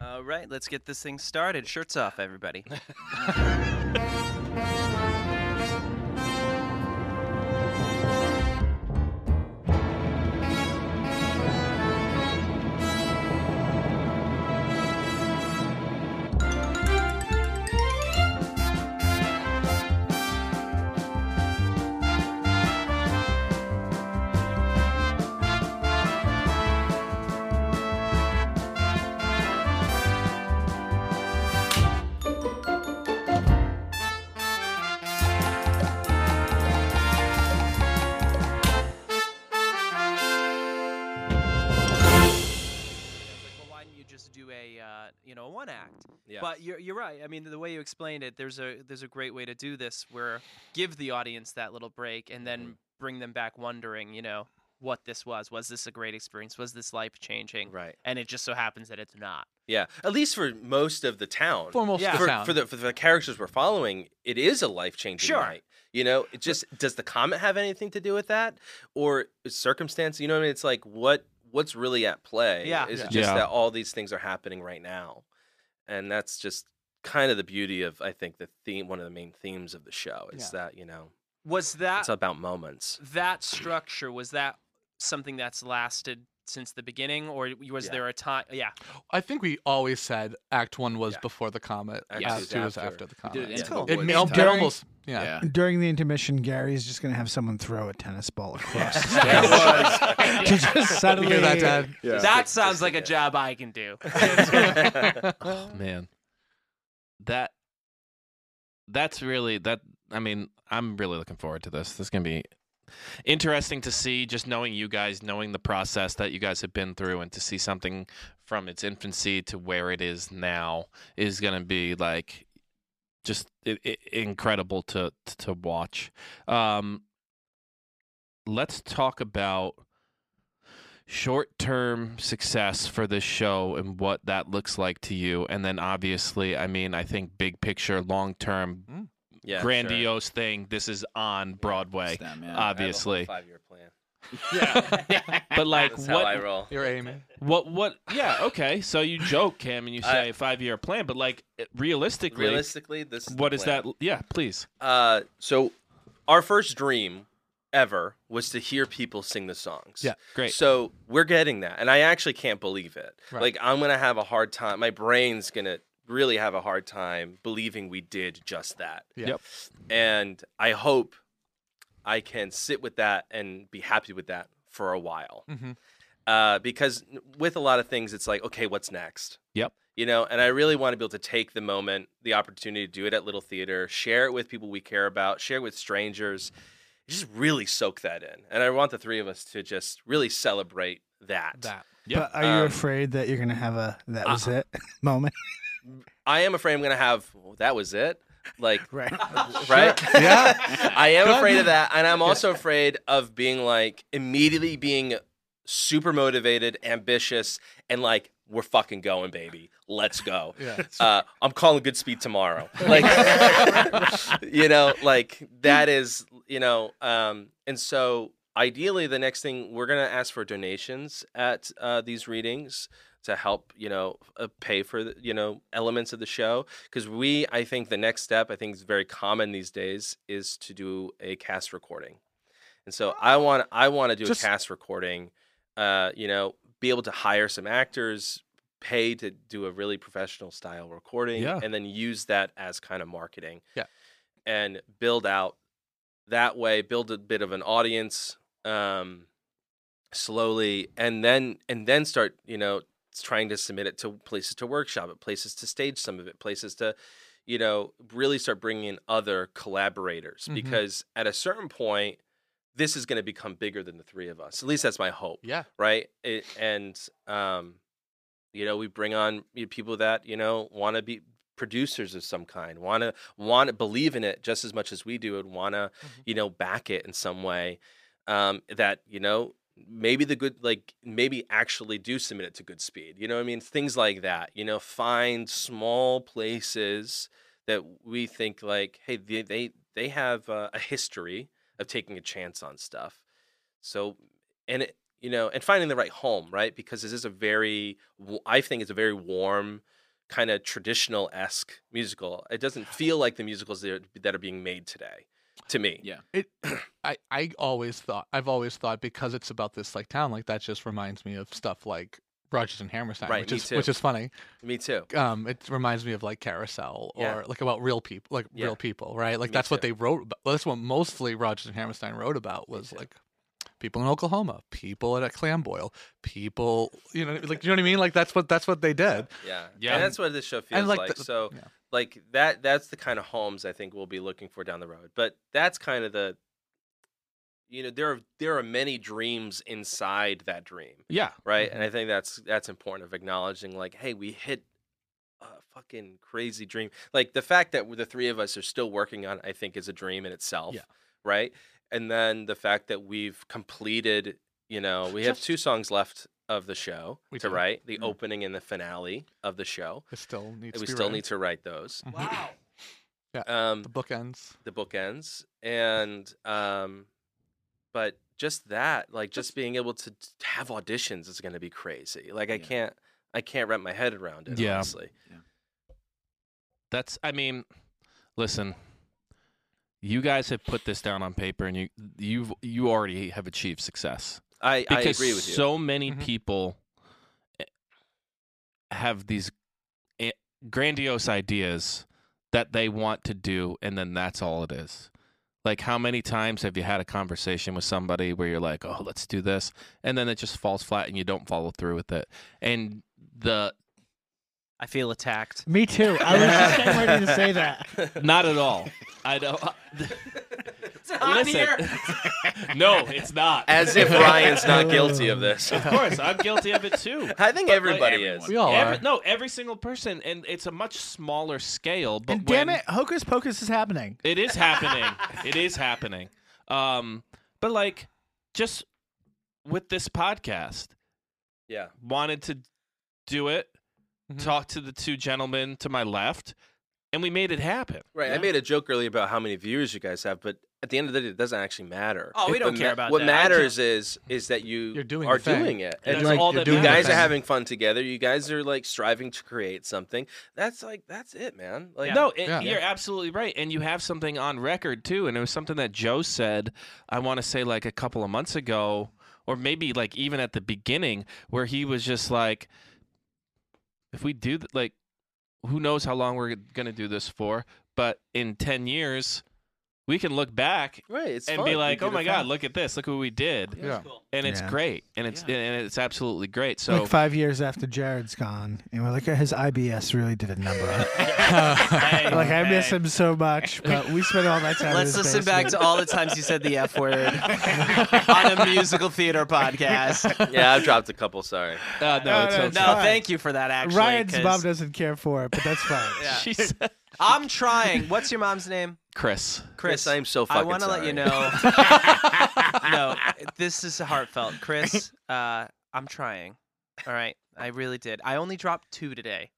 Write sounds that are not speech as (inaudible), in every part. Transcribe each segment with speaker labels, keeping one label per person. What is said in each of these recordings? Speaker 1: All right, let's get this thing started. Shirts off, everybody. I was like, well, (laughs) why didn't you just do a uh, you know a one act?
Speaker 2: Yeah.
Speaker 1: But you're you're right. I mean, the way you explained it, there's a there's a great way to do this where give the audience that little break and then bring them back wondering, you know, what this was. Was this a great experience? Was this life changing?
Speaker 2: right.
Speaker 1: And it just so happens that it's not.
Speaker 2: Yeah. At least for most of the town.
Speaker 3: For most
Speaker 1: Yeah.
Speaker 3: of
Speaker 2: for,
Speaker 3: the town.
Speaker 2: for the for the characters we're following, it is a life changing
Speaker 1: Sure.
Speaker 2: night. You know, it just does the comment have anything to do with that, or circumstance? You know, what I mean, it's like what what's really at play.
Speaker 1: Yeah.
Speaker 2: is
Speaker 3: Yeah.
Speaker 2: it just
Speaker 3: Yeah.
Speaker 2: that all these things are happening right now, and that's just kind of the beauty of I think the theme, one of the main themes of the show is
Speaker 3: Yeah.
Speaker 2: that you know
Speaker 1: Was that
Speaker 2: it's about
Speaker 1: (laughs)
Speaker 2: moments.
Speaker 1: that structure? Was that something that's lasted since the beginning, or was
Speaker 2: Yeah.
Speaker 1: there a time? Yeah.
Speaker 3: I think we always said Act One was
Speaker 2: Yeah.
Speaker 3: before the comet.
Speaker 2: Act
Speaker 1: Yes.
Speaker 3: Act Two was
Speaker 2: after.
Speaker 3: after the
Speaker 4: We did
Speaker 3: comet.
Speaker 4: it
Speaker 2: Yeah.
Speaker 4: into the
Speaker 3: It,
Speaker 4: woods.
Speaker 3: may-
Speaker 4: this
Speaker 3: it
Speaker 4: time.
Speaker 3: almost. Yeah.
Speaker 4: Yeah.
Speaker 5: During the intermission, Gary's just going to have someone throw a tennis ball across.
Speaker 4: (laughs) That was-
Speaker 5: (laughs) to just
Speaker 3: Did
Speaker 5: suddenly
Speaker 3: you hear that, Dad?
Speaker 4: Yeah.
Speaker 1: That (laughs)
Speaker 2: Just
Speaker 1: sounds
Speaker 2: like
Speaker 1: like a
Speaker 2: that.
Speaker 1: job I can do.
Speaker 2: (laughs)
Speaker 3: Oh,
Speaker 4: man that that's really that i mean i'm really looking forward to this this is going to be interesting to see just knowing you guys knowing the process that you guys have been through and to see something from its infancy to where it is now is going to be like just i i incredible to to watch um let's talk about short term success for this show and what that looks like to you. And then obviously, I mean, I think big picture, long term,
Speaker 2: Mm-hmm. Yeah, sure.
Speaker 4: grandiose thing. This is on Broadway.
Speaker 6: Stem,
Speaker 2: I
Speaker 6: yeah.
Speaker 2: have a whole
Speaker 4: Obviously,
Speaker 2: five-year plan.
Speaker 4: but like,
Speaker 2: That's how I
Speaker 4: what,
Speaker 2: roll.
Speaker 3: You're aiming.
Speaker 4: what, what? Yeah, okay. So you joke, Cam, and you
Speaker 2: (laughs) I-
Speaker 4: say five year plan, but like, realistically,
Speaker 2: Realistically, this is the
Speaker 4: what is
Speaker 2: plan.
Speaker 4: that? Yeah, please.
Speaker 2: Uh, so our first dream ever was to hear people sing the songs.
Speaker 3: Yeah,
Speaker 4: great.
Speaker 2: So we're getting that, and I actually can't believe it.
Speaker 3: Right.
Speaker 2: Like I'm gonna have a hard time. My brain's gonna really have a hard time believing we did just that.
Speaker 3: Yeah. Yep.
Speaker 2: And I hope I can sit with that and be happy with that for a while.
Speaker 3: Mm-hmm.
Speaker 2: Uh, because n- with a lot of things, it's like, okay, what's next?
Speaker 4: Yep.
Speaker 2: You know, and I really want to be able to take the moment, the opportunity to do it at Little Theater, share it with people we care about, share it with strangers, just really soak that in. And I want the three of us to just really celebrate that.
Speaker 3: That.
Speaker 4: Yep.
Speaker 5: But are you
Speaker 2: Um,
Speaker 5: afraid that you're going to have a that
Speaker 4: Uh,
Speaker 5: was it (laughs) moment?
Speaker 2: I am afraid I'm going to have, "Well, that was it. Like,
Speaker 5: Right.
Speaker 2: right?
Speaker 3: Yeah.
Speaker 2: (laughs) I am afraid of that, and I'm also afraid of being like immediately being super motivated, ambitious, and like we're fucking going, baby. Let's go.
Speaker 3: Yeah.
Speaker 2: (laughs) Uh, I'm calling Goodspeed tomorrow. (laughs) Like, you know, like that is, you know, um, and so ideally, the next thing we're gonna ask for donations at uh, these readings to help, you know, uh, pay for the, you know elements of the show because we, I think, the next step I think is very common these days is to do a cast recording, and so I want I want to do
Speaker 3: Just-
Speaker 2: a cast recording, uh, you know, be able to hire some actors. Pay to do a really professional style recording
Speaker 4: Yeah.
Speaker 2: and then use that as kind of marketing
Speaker 3: Yeah.
Speaker 2: and build out that way, build a bit of an audience um, slowly, and then and then start you know s- trying to submit it to places to workshop it, places to stage some of it, places to you know really start bringing in other collaborators
Speaker 3: Mhm.
Speaker 2: because at a certain point this is going to become bigger than the three of us. At least that's my hope
Speaker 3: Yeah.
Speaker 2: right? It, and um, you know, we bring on you know, people that you know want to be producers of some kind, want to want to believe in it just as much as we do, and want to
Speaker 3: Mhm.
Speaker 2: you know back it in some way. Um, that you know maybe the good like maybe actually do submit it to good speed you know what i mean things like that you know find small places that we think like hey they they, they have uh, a history of taking a chance on stuff so and it, you know, and finding the right home, right? Because this is a very, w- I think it's a very warm, kind of traditional esque musical. It doesn't feel like the musicals that are, that are being made today, to me.
Speaker 4: Yeah.
Speaker 3: It, I, I always thought, I've always thought because it's about this like town, like that just reminds me of stuff like Rogers and Hammerstein,
Speaker 2: Right,
Speaker 3: which
Speaker 2: me
Speaker 3: is
Speaker 2: too.
Speaker 3: which is funny.
Speaker 2: Me too.
Speaker 3: Um, it reminds me of like Carousel or
Speaker 2: Yeah.
Speaker 3: like about real people, like
Speaker 2: Yeah.
Speaker 3: real people, right? Like
Speaker 2: Me
Speaker 3: that's what
Speaker 2: too.
Speaker 3: they wrote. About. That's what mostly Rogers and Hammerstein wrote about was
Speaker 2: too.
Speaker 3: like people in Oklahoma, people at a clamboil, people, you know, like you know what I mean? Like that's what that's what they did.
Speaker 2: Yeah.
Speaker 4: Yeah.
Speaker 2: And that's what this show feels
Speaker 3: like
Speaker 2: like.
Speaker 3: the-
Speaker 2: so,
Speaker 3: yeah.
Speaker 2: like that that's the kind of homes I think we'll be looking for down the road. But that's kind of the you know, there are there are many dreams inside that dream,
Speaker 4: Yeah.
Speaker 2: right?
Speaker 3: Mm-hmm.
Speaker 2: And I think that's that's important of acknowledging like, hey, we hit a fucking crazy dream. Like the fact that the three of us are still working on it, I think is a dream in itself,
Speaker 3: Yeah.
Speaker 2: right? And then the fact that we've completed, you know, we have
Speaker 3: Just-
Speaker 2: two songs left of the show
Speaker 3: We
Speaker 2: to
Speaker 3: do.
Speaker 2: write, the
Speaker 3: Mm.
Speaker 2: opening and the finale of the show
Speaker 3: It still needs.
Speaker 2: we
Speaker 3: to be
Speaker 2: still
Speaker 3: written.
Speaker 2: need to write those.
Speaker 3: Mhm.
Speaker 1: Wow.
Speaker 2: Um,
Speaker 3: the bookends.
Speaker 2: the bookends and um, but just that, like just being able to t- have auditions is going to be crazy. Like I
Speaker 6: Yeah.
Speaker 2: can't, I can't wrap my head around it.
Speaker 4: Yeah.
Speaker 2: Honestly,
Speaker 4: (laughs) That's I mean, listen. You guys have put this down on paper and you you've you already have achieved success.
Speaker 2: I I
Speaker 4: Because
Speaker 2: agree with you.
Speaker 4: so many
Speaker 5: Mm-hmm.
Speaker 3: Mhm.
Speaker 4: people eh, have these eh, grandiose ideas that they want to do and then that's all it is. Like how many times have you had a conversation with somebody where you're like, "Oh, let's do this." And then it just falls flat and you don't follow through with it. And the
Speaker 1: (laughs) I feel attacked.
Speaker 5: (laughs) Me too. I was just getting ready to say that.
Speaker 4: not at
Speaker 5: (laughs)
Speaker 4: all. I don't
Speaker 1: (laughs)
Speaker 4: (laughs)
Speaker 1: It's hot
Speaker 4: Listen. no, it's not.
Speaker 2: As if Ryan's not guilty of this.
Speaker 4: of course, I'm guilty of it too.
Speaker 2: (laughs) I think
Speaker 4: But, like,
Speaker 2: everybody
Speaker 6: everyone.
Speaker 2: is.
Speaker 3: We all
Speaker 4: Every,
Speaker 3: are.
Speaker 4: no, every single person, and it's a much smaller scale. (laughs) But
Speaker 5: and damn
Speaker 4: when-
Speaker 5: it, Hocus Pocus is happening.
Speaker 4: it is happening. it is happening. Um, but like, just with this podcast,
Speaker 2: Yeah.
Speaker 4: wanted to do it.
Speaker 3: Mhm.
Speaker 4: Talk to the two gentlemen to my left, and we made it happen.
Speaker 2: Right. I made a joke earlier about how many viewers you guys have, but at the end of the day, it doesn't actually matter.
Speaker 1: Oh, we
Speaker 2: It-
Speaker 1: don't
Speaker 2: what
Speaker 1: care
Speaker 2: ma-
Speaker 1: about
Speaker 2: What
Speaker 1: that. I
Speaker 2: matters is is that you
Speaker 3: You're doing
Speaker 2: are
Speaker 3: the thing.
Speaker 2: doing it. And
Speaker 4: And that's
Speaker 2: like,
Speaker 4: all
Speaker 3: you're
Speaker 4: that
Speaker 3: doing
Speaker 2: you
Speaker 3: the
Speaker 2: guys
Speaker 4: matters.
Speaker 2: are
Speaker 3: thing.
Speaker 2: having fun together. You guys are like striving to create something. That's like that's it, man. Like
Speaker 4: No, it,
Speaker 3: Yeah.
Speaker 4: you're absolutely right, and you have something on record too. And it was something that Joe said. I want to say like a couple of months ago, or maybe like even at the beginning, where he was just like, "If we do th- like, who knows how long we're gonna do this for? But in ten years, we can look back
Speaker 2: right. It's
Speaker 4: and
Speaker 2: fun.
Speaker 4: be
Speaker 2: You
Speaker 4: like,
Speaker 2: did
Speaker 4: oh
Speaker 2: it
Speaker 4: my god,
Speaker 1: (laughs)
Speaker 2: fun.
Speaker 4: look at this! Look what we did!"
Speaker 3: Yeah.
Speaker 4: (laughs) And it's
Speaker 5: Yeah.
Speaker 4: great, and it's and it's absolutely great. So
Speaker 5: like five years after Jared's gone, and we're like, his IBS really did a number.
Speaker 4: (laughs)
Speaker 5: on it." like I miss him so much, but we spent all that time.
Speaker 1: Let's
Speaker 5: in his
Speaker 1: listen back to
Speaker 5: basement.
Speaker 1: all the times you said the F word on a musical theater podcast.
Speaker 2: yeah, I've dropped a couple. Sorry.
Speaker 4: uh, no, it's,
Speaker 5: no,
Speaker 1: No,
Speaker 4: it's
Speaker 5: fine.
Speaker 1: thank you for that, actually.
Speaker 5: Ryan's
Speaker 1: 'cause
Speaker 5: mom doesn't care for it, but that's
Speaker 4: (laughs)
Speaker 5: fine. (laughs)
Speaker 1: Yeah.
Speaker 4: she said,
Speaker 1: I'm trying. What's your mom's name?
Speaker 4: Chris.
Speaker 1: Chris.
Speaker 2: I'm so
Speaker 1: I
Speaker 2: fucking.
Speaker 1: want to let you
Speaker 2: sorry.
Speaker 1: know. no, this is heartfelt. Chris, uh, I'm trying. All right. I really did. I only dropped two today.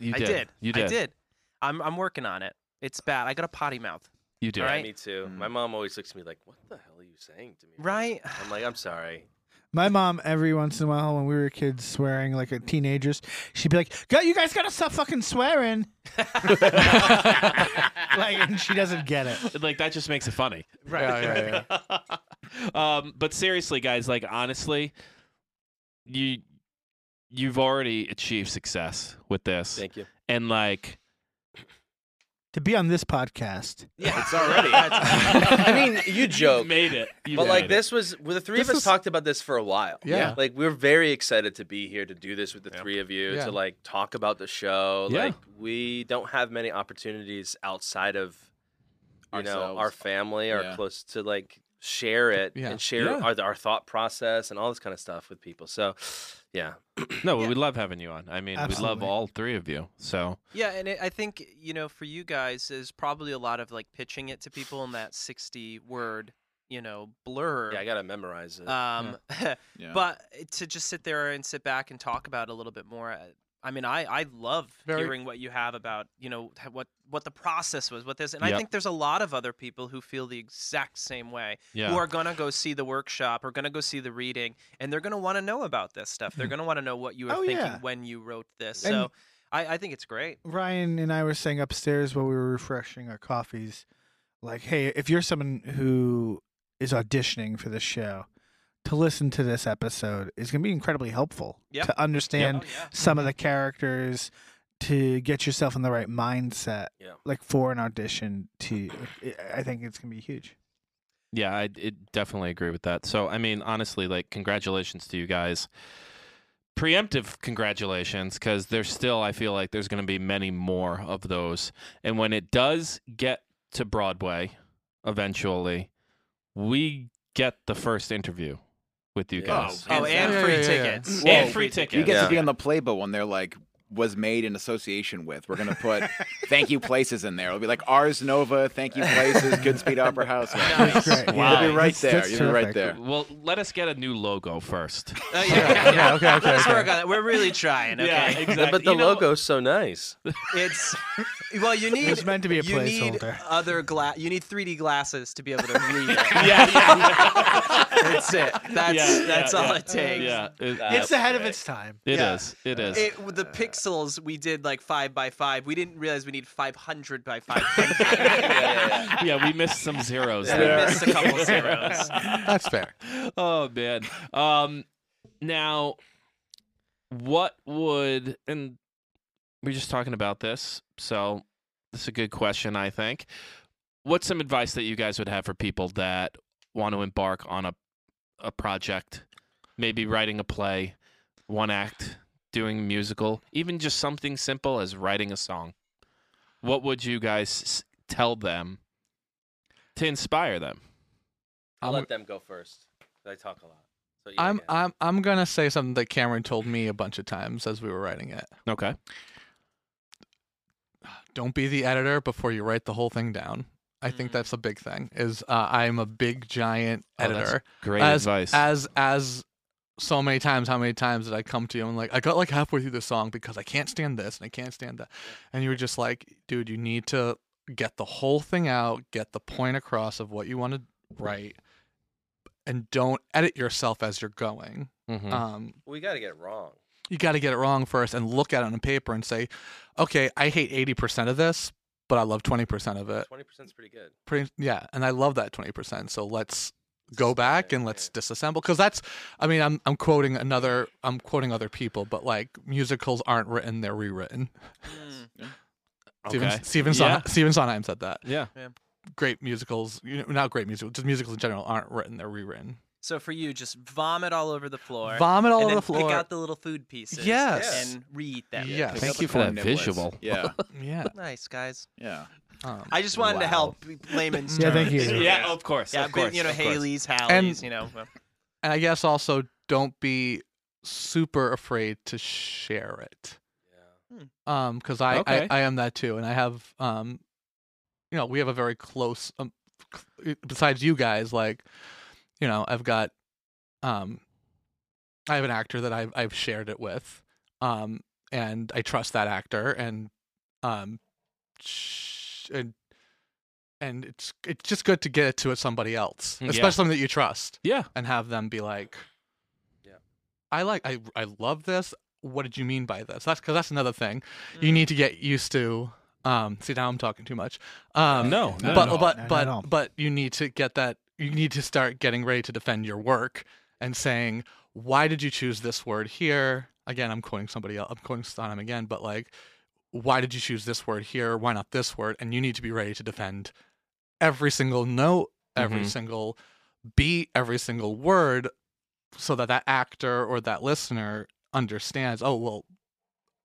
Speaker 4: You
Speaker 1: I
Speaker 4: did.
Speaker 1: did.
Speaker 4: You did.
Speaker 1: I did. I'm, I'm working on it. It's bad. I got a potty mouth.
Speaker 4: You did.
Speaker 2: (laughs) Yeah,
Speaker 1: Right?
Speaker 2: me too. My mom always looks at me like, "What the hell are you saying to me?"
Speaker 1: Right?
Speaker 2: I'm like, "I'm sorry."
Speaker 1: (laughs)
Speaker 5: My mom, every once in a while, when we were kids swearing like a teenagers, she'd be like, "Go, you guys gotta stop fucking swearing." like, and she doesn't
Speaker 1: (laughs)
Speaker 5: get
Speaker 4: (laughs)
Speaker 5: it.
Speaker 4: like that just makes it funny.
Speaker 3: Right. (laughs) Yeah, yeah, yeah.
Speaker 4: (laughs) um, but seriously, guys, like honestly, you you've already achieved success with this,
Speaker 1: (laughs)
Speaker 2: Thank you.
Speaker 4: and like
Speaker 5: To be on this podcast,
Speaker 2: Yeah, it's already.
Speaker 1: (laughs)
Speaker 2: (laughs) I mean, you (laughs)
Speaker 4: you
Speaker 2: joke,
Speaker 4: made it. You
Speaker 2: but like
Speaker 4: made it.
Speaker 2: this was well, the three
Speaker 3: This
Speaker 2: of us
Speaker 3: was-
Speaker 2: talked about this for a while.
Speaker 3: Yeah.
Speaker 2: like we are very excited to be here to do this with the
Speaker 4: Yep.
Speaker 2: three of you
Speaker 3: Yeah.
Speaker 2: to like talk about the show.
Speaker 4: Yeah.
Speaker 2: Like we don't have many opportunities outside of you know our
Speaker 6: Ourselves.
Speaker 2: family or
Speaker 6: Yeah.
Speaker 2: close to like share it
Speaker 3: yeah.
Speaker 2: and share
Speaker 4: Yeah.
Speaker 2: our, our thought process and all this kind of stuff with people. So yeah,
Speaker 4: No, we love having you on. I mean, we love
Speaker 5: Absolutely.
Speaker 4: all three of you. So
Speaker 1: Yeah, and it, I think you know, for you guys, there's probably a lot of like pitching it to people in that 60 word, you know, blur.
Speaker 2: yeah, I gotta memorize it.
Speaker 1: um, (laughs)
Speaker 6: Yeah.
Speaker 1: but to just sit there and sit back and talk about it a little bit more, uh, I mean, I I love
Speaker 3: Very-
Speaker 1: hearing what you have about you know h- what what the process was, what this, and I
Speaker 4: Yep.
Speaker 1: think there's a lot of other people who feel the exact same way,
Speaker 4: Yeah.
Speaker 1: who are gonna go see the workshop or gonna go see the reading, and they're gonna want to know about this stuff. They're gonna want to know what you were
Speaker 5: Oh,
Speaker 1: thinking
Speaker 5: yeah.
Speaker 1: when you wrote this.
Speaker 5: And-
Speaker 1: so I I think it's great.
Speaker 5: Ryan and I were saying upstairs while we were refreshing our coffees, like, hey, if you're someone who is auditioning for this show, to listen to this episode is going to be incredibly helpful
Speaker 1: Yep.
Speaker 5: to understand
Speaker 1: oh, yeah.
Speaker 5: some of the characters, to get yourself in the right mindset,
Speaker 2: Yeah.
Speaker 5: like for an audition. To I I think it's going to be huge.
Speaker 4: Yeah, I it definitely agree with that. So, I mean, honestly, like, congratulations to you guys. Preemptive congratulations, because there's still, I feel like there's going to be many more of those. And when it does get to Broadway eventually, we get the first interview with you
Speaker 2: Yeah.
Speaker 4: guys.
Speaker 1: Oh,
Speaker 6: Yeah,
Speaker 1: and
Speaker 3: yeah,
Speaker 1: free
Speaker 3: yeah, yeah.
Speaker 1: tickets.
Speaker 6: Whoa.
Speaker 4: and free
Speaker 6: You
Speaker 4: tickets.
Speaker 6: get
Speaker 2: Yeah.
Speaker 6: to be on the playbook when they're like was made in association with. We're gonna put
Speaker 2: (laughs)
Speaker 6: thank you places in there. It'll be like Ars
Speaker 5: (laughs)
Speaker 6: Nova, thank you places, Goodspeed
Speaker 2: (laughs)
Speaker 6: Opera House.
Speaker 1: Nice.
Speaker 5: That's great.
Speaker 4: Wow.
Speaker 6: You'll be right
Speaker 5: That's-
Speaker 6: there.
Speaker 5: that's
Speaker 6: You'll be right
Speaker 5: terrific.
Speaker 6: there.
Speaker 4: Well, let us get a new logo first.
Speaker 1: Uh,
Speaker 4: (laughs)
Speaker 1: yeah, yeah.
Speaker 5: okay, okay,
Speaker 1: Let's
Speaker 5: okay.
Speaker 1: work on it. We're really trying. Okay.
Speaker 4: Yeah, exactly.
Speaker 2: But the
Speaker 4: You know-
Speaker 2: logo's so nice.
Speaker 1: It's well, you need
Speaker 5: was meant to be a
Speaker 1: you need
Speaker 5: placeholder.
Speaker 1: other gla- You need 3D glasses to be able to read it.
Speaker 4: yeah, yeah,
Speaker 1: That's it. That's
Speaker 4: Yeah,
Speaker 1: that's
Speaker 4: yeah,
Speaker 1: all
Speaker 4: yeah.
Speaker 1: it takes.
Speaker 4: yeah. It,
Speaker 5: It's ahead of its time.
Speaker 4: it
Speaker 1: yeah.
Speaker 4: is. It is.
Speaker 1: It, (laughs) with the pixels we did like five by five. We didn't realize we need 500 by 500. (laughs)
Speaker 4: yeah, we missed some zeros.
Speaker 2: Yeah.
Speaker 1: we
Speaker 4: there.
Speaker 1: missed a couple
Speaker 4: (laughs)
Speaker 1: zeros.
Speaker 3: (laughs) That's fair.
Speaker 4: oh man. Um now what would and we're just talking about this, so this is a good question, I think. What's some advice that you guys would have for people that want to embark on a a project, maybe writing a play, one act, doing a musical, even just something simple as writing a song? What would you guys s- tell them to inspire them?
Speaker 2: I'll
Speaker 3: I'm-
Speaker 2: let them go first. 'cause I talk a lot. So you
Speaker 3: I'm
Speaker 2: can.
Speaker 3: I'm I'm gonna say something that Cameron told me a bunch of times as we were writing it.
Speaker 4: Okay.
Speaker 3: Don't be the editor before you write the whole thing down. I think
Speaker 1: Mm.
Speaker 3: that's a big thing. Is uh, I'm a big giant
Speaker 4: Oh, that's
Speaker 3: editor.
Speaker 4: Great
Speaker 3: as
Speaker 4: advice.
Speaker 3: as as so many times how many times did i come to you and like i got like halfway through the song because i can't stand this and i can't stand that and you were just like dude you need to get the whole thing out get the point across of what you want to write and don't edit yourself as you're going
Speaker 4: Mhm.
Speaker 3: um
Speaker 2: we got to get wrong.
Speaker 3: you got to get it wrong first and look at it on paper and say okay i hate 80% of this but i love 20% of it
Speaker 2: Twenty percent's pretty good.
Speaker 3: pretty yeah and i love that 20% so let's go back and let's disassemble because that's i mean I'm, I'm quoting another i'm quoting other people but like musicals aren't written they're rewritten
Speaker 1: Mm.
Speaker 3: steven,
Speaker 4: Okay.
Speaker 3: steven,
Speaker 4: Yeah.
Speaker 3: Son- steven sondheim said that
Speaker 4: Yeah.
Speaker 3: great musicals you know, not great musicals just musicals in general aren't written they're rewritten
Speaker 1: So for you, just vomit all over the floor.
Speaker 3: vomit all
Speaker 1: and
Speaker 3: over
Speaker 1: then
Speaker 3: the floor
Speaker 1: Pick out the little food pieces.
Speaker 3: Yes.
Speaker 1: And read them.
Speaker 3: Yeah.
Speaker 6: Pick
Speaker 3: Thank
Speaker 6: up the
Speaker 4: you for that
Speaker 6: corn niblets.
Speaker 4: visual. (laughs)
Speaker 6: Yeah,
Speaker 3: yeah
Speaker 1: Nice guys.
Speaker 6: yeah.
Speaker 3: um,
Speaker 1: I just wanted to
Speaker 6: Wow.
Speaker 1: help layman's
Speaker 5: Yeah, thank
Speaker 1: terms.
Speaker 5: you.
Speaker 4: Yeah, of course.
Speaker 1: Yeah,
Speaker 4: of
Speaker 1: but,
Speaker 4: course.
Speaker 1: you know,
Speaker 4: of course.
Speaker 1: Haley's,
Speaker 3: And-
Speaker 1: Hallie's, you know. well,
Speaker 3: and i guess also don't be super afraid to share it
Speaker 2: Yeah.
Speaker 3: um because I,
Speaker 4: Okay.
Speaker 3: I i am that too and i have um you know we have a very close um c- besides you guys like you know i've got um i have an actor that i've i've shared it with um and i trust that actor and um sh- and and it's it's just good to get it to somebody else
Speaker 4: Mm, Yeah.
Speaker 3: especially something that you trust
Speaker 4: Yeah.
Speaker 3: and have them be like,
Speaker 2: Yeah.
Speaker 3: I like I I love this. What did you mean by this?" That's because that's another thing you need to get used to. Um, see now I'm talking too much. Um,
Speaker 4: No,
Speaker 5: no,
Speaker 3: but
Speaker 5: no,
Speaker 3: but
Speaker 5: no, no,
Speaker 3: but
Speaker 5: no.
Speaker 3: but you need to get that. You need to start getting ready to defend your work and saying, "Why did you choose this word here?" Again, I'm quoting somebody else. I'm quoting Stonham again, but like, why did you choose this word here? Why not this word? And you need to be ready to defend every single note, every
Speaker 4: Mhm.
Speaker 3: single beat, every single word, so that that actor or that listener understands. Oh well,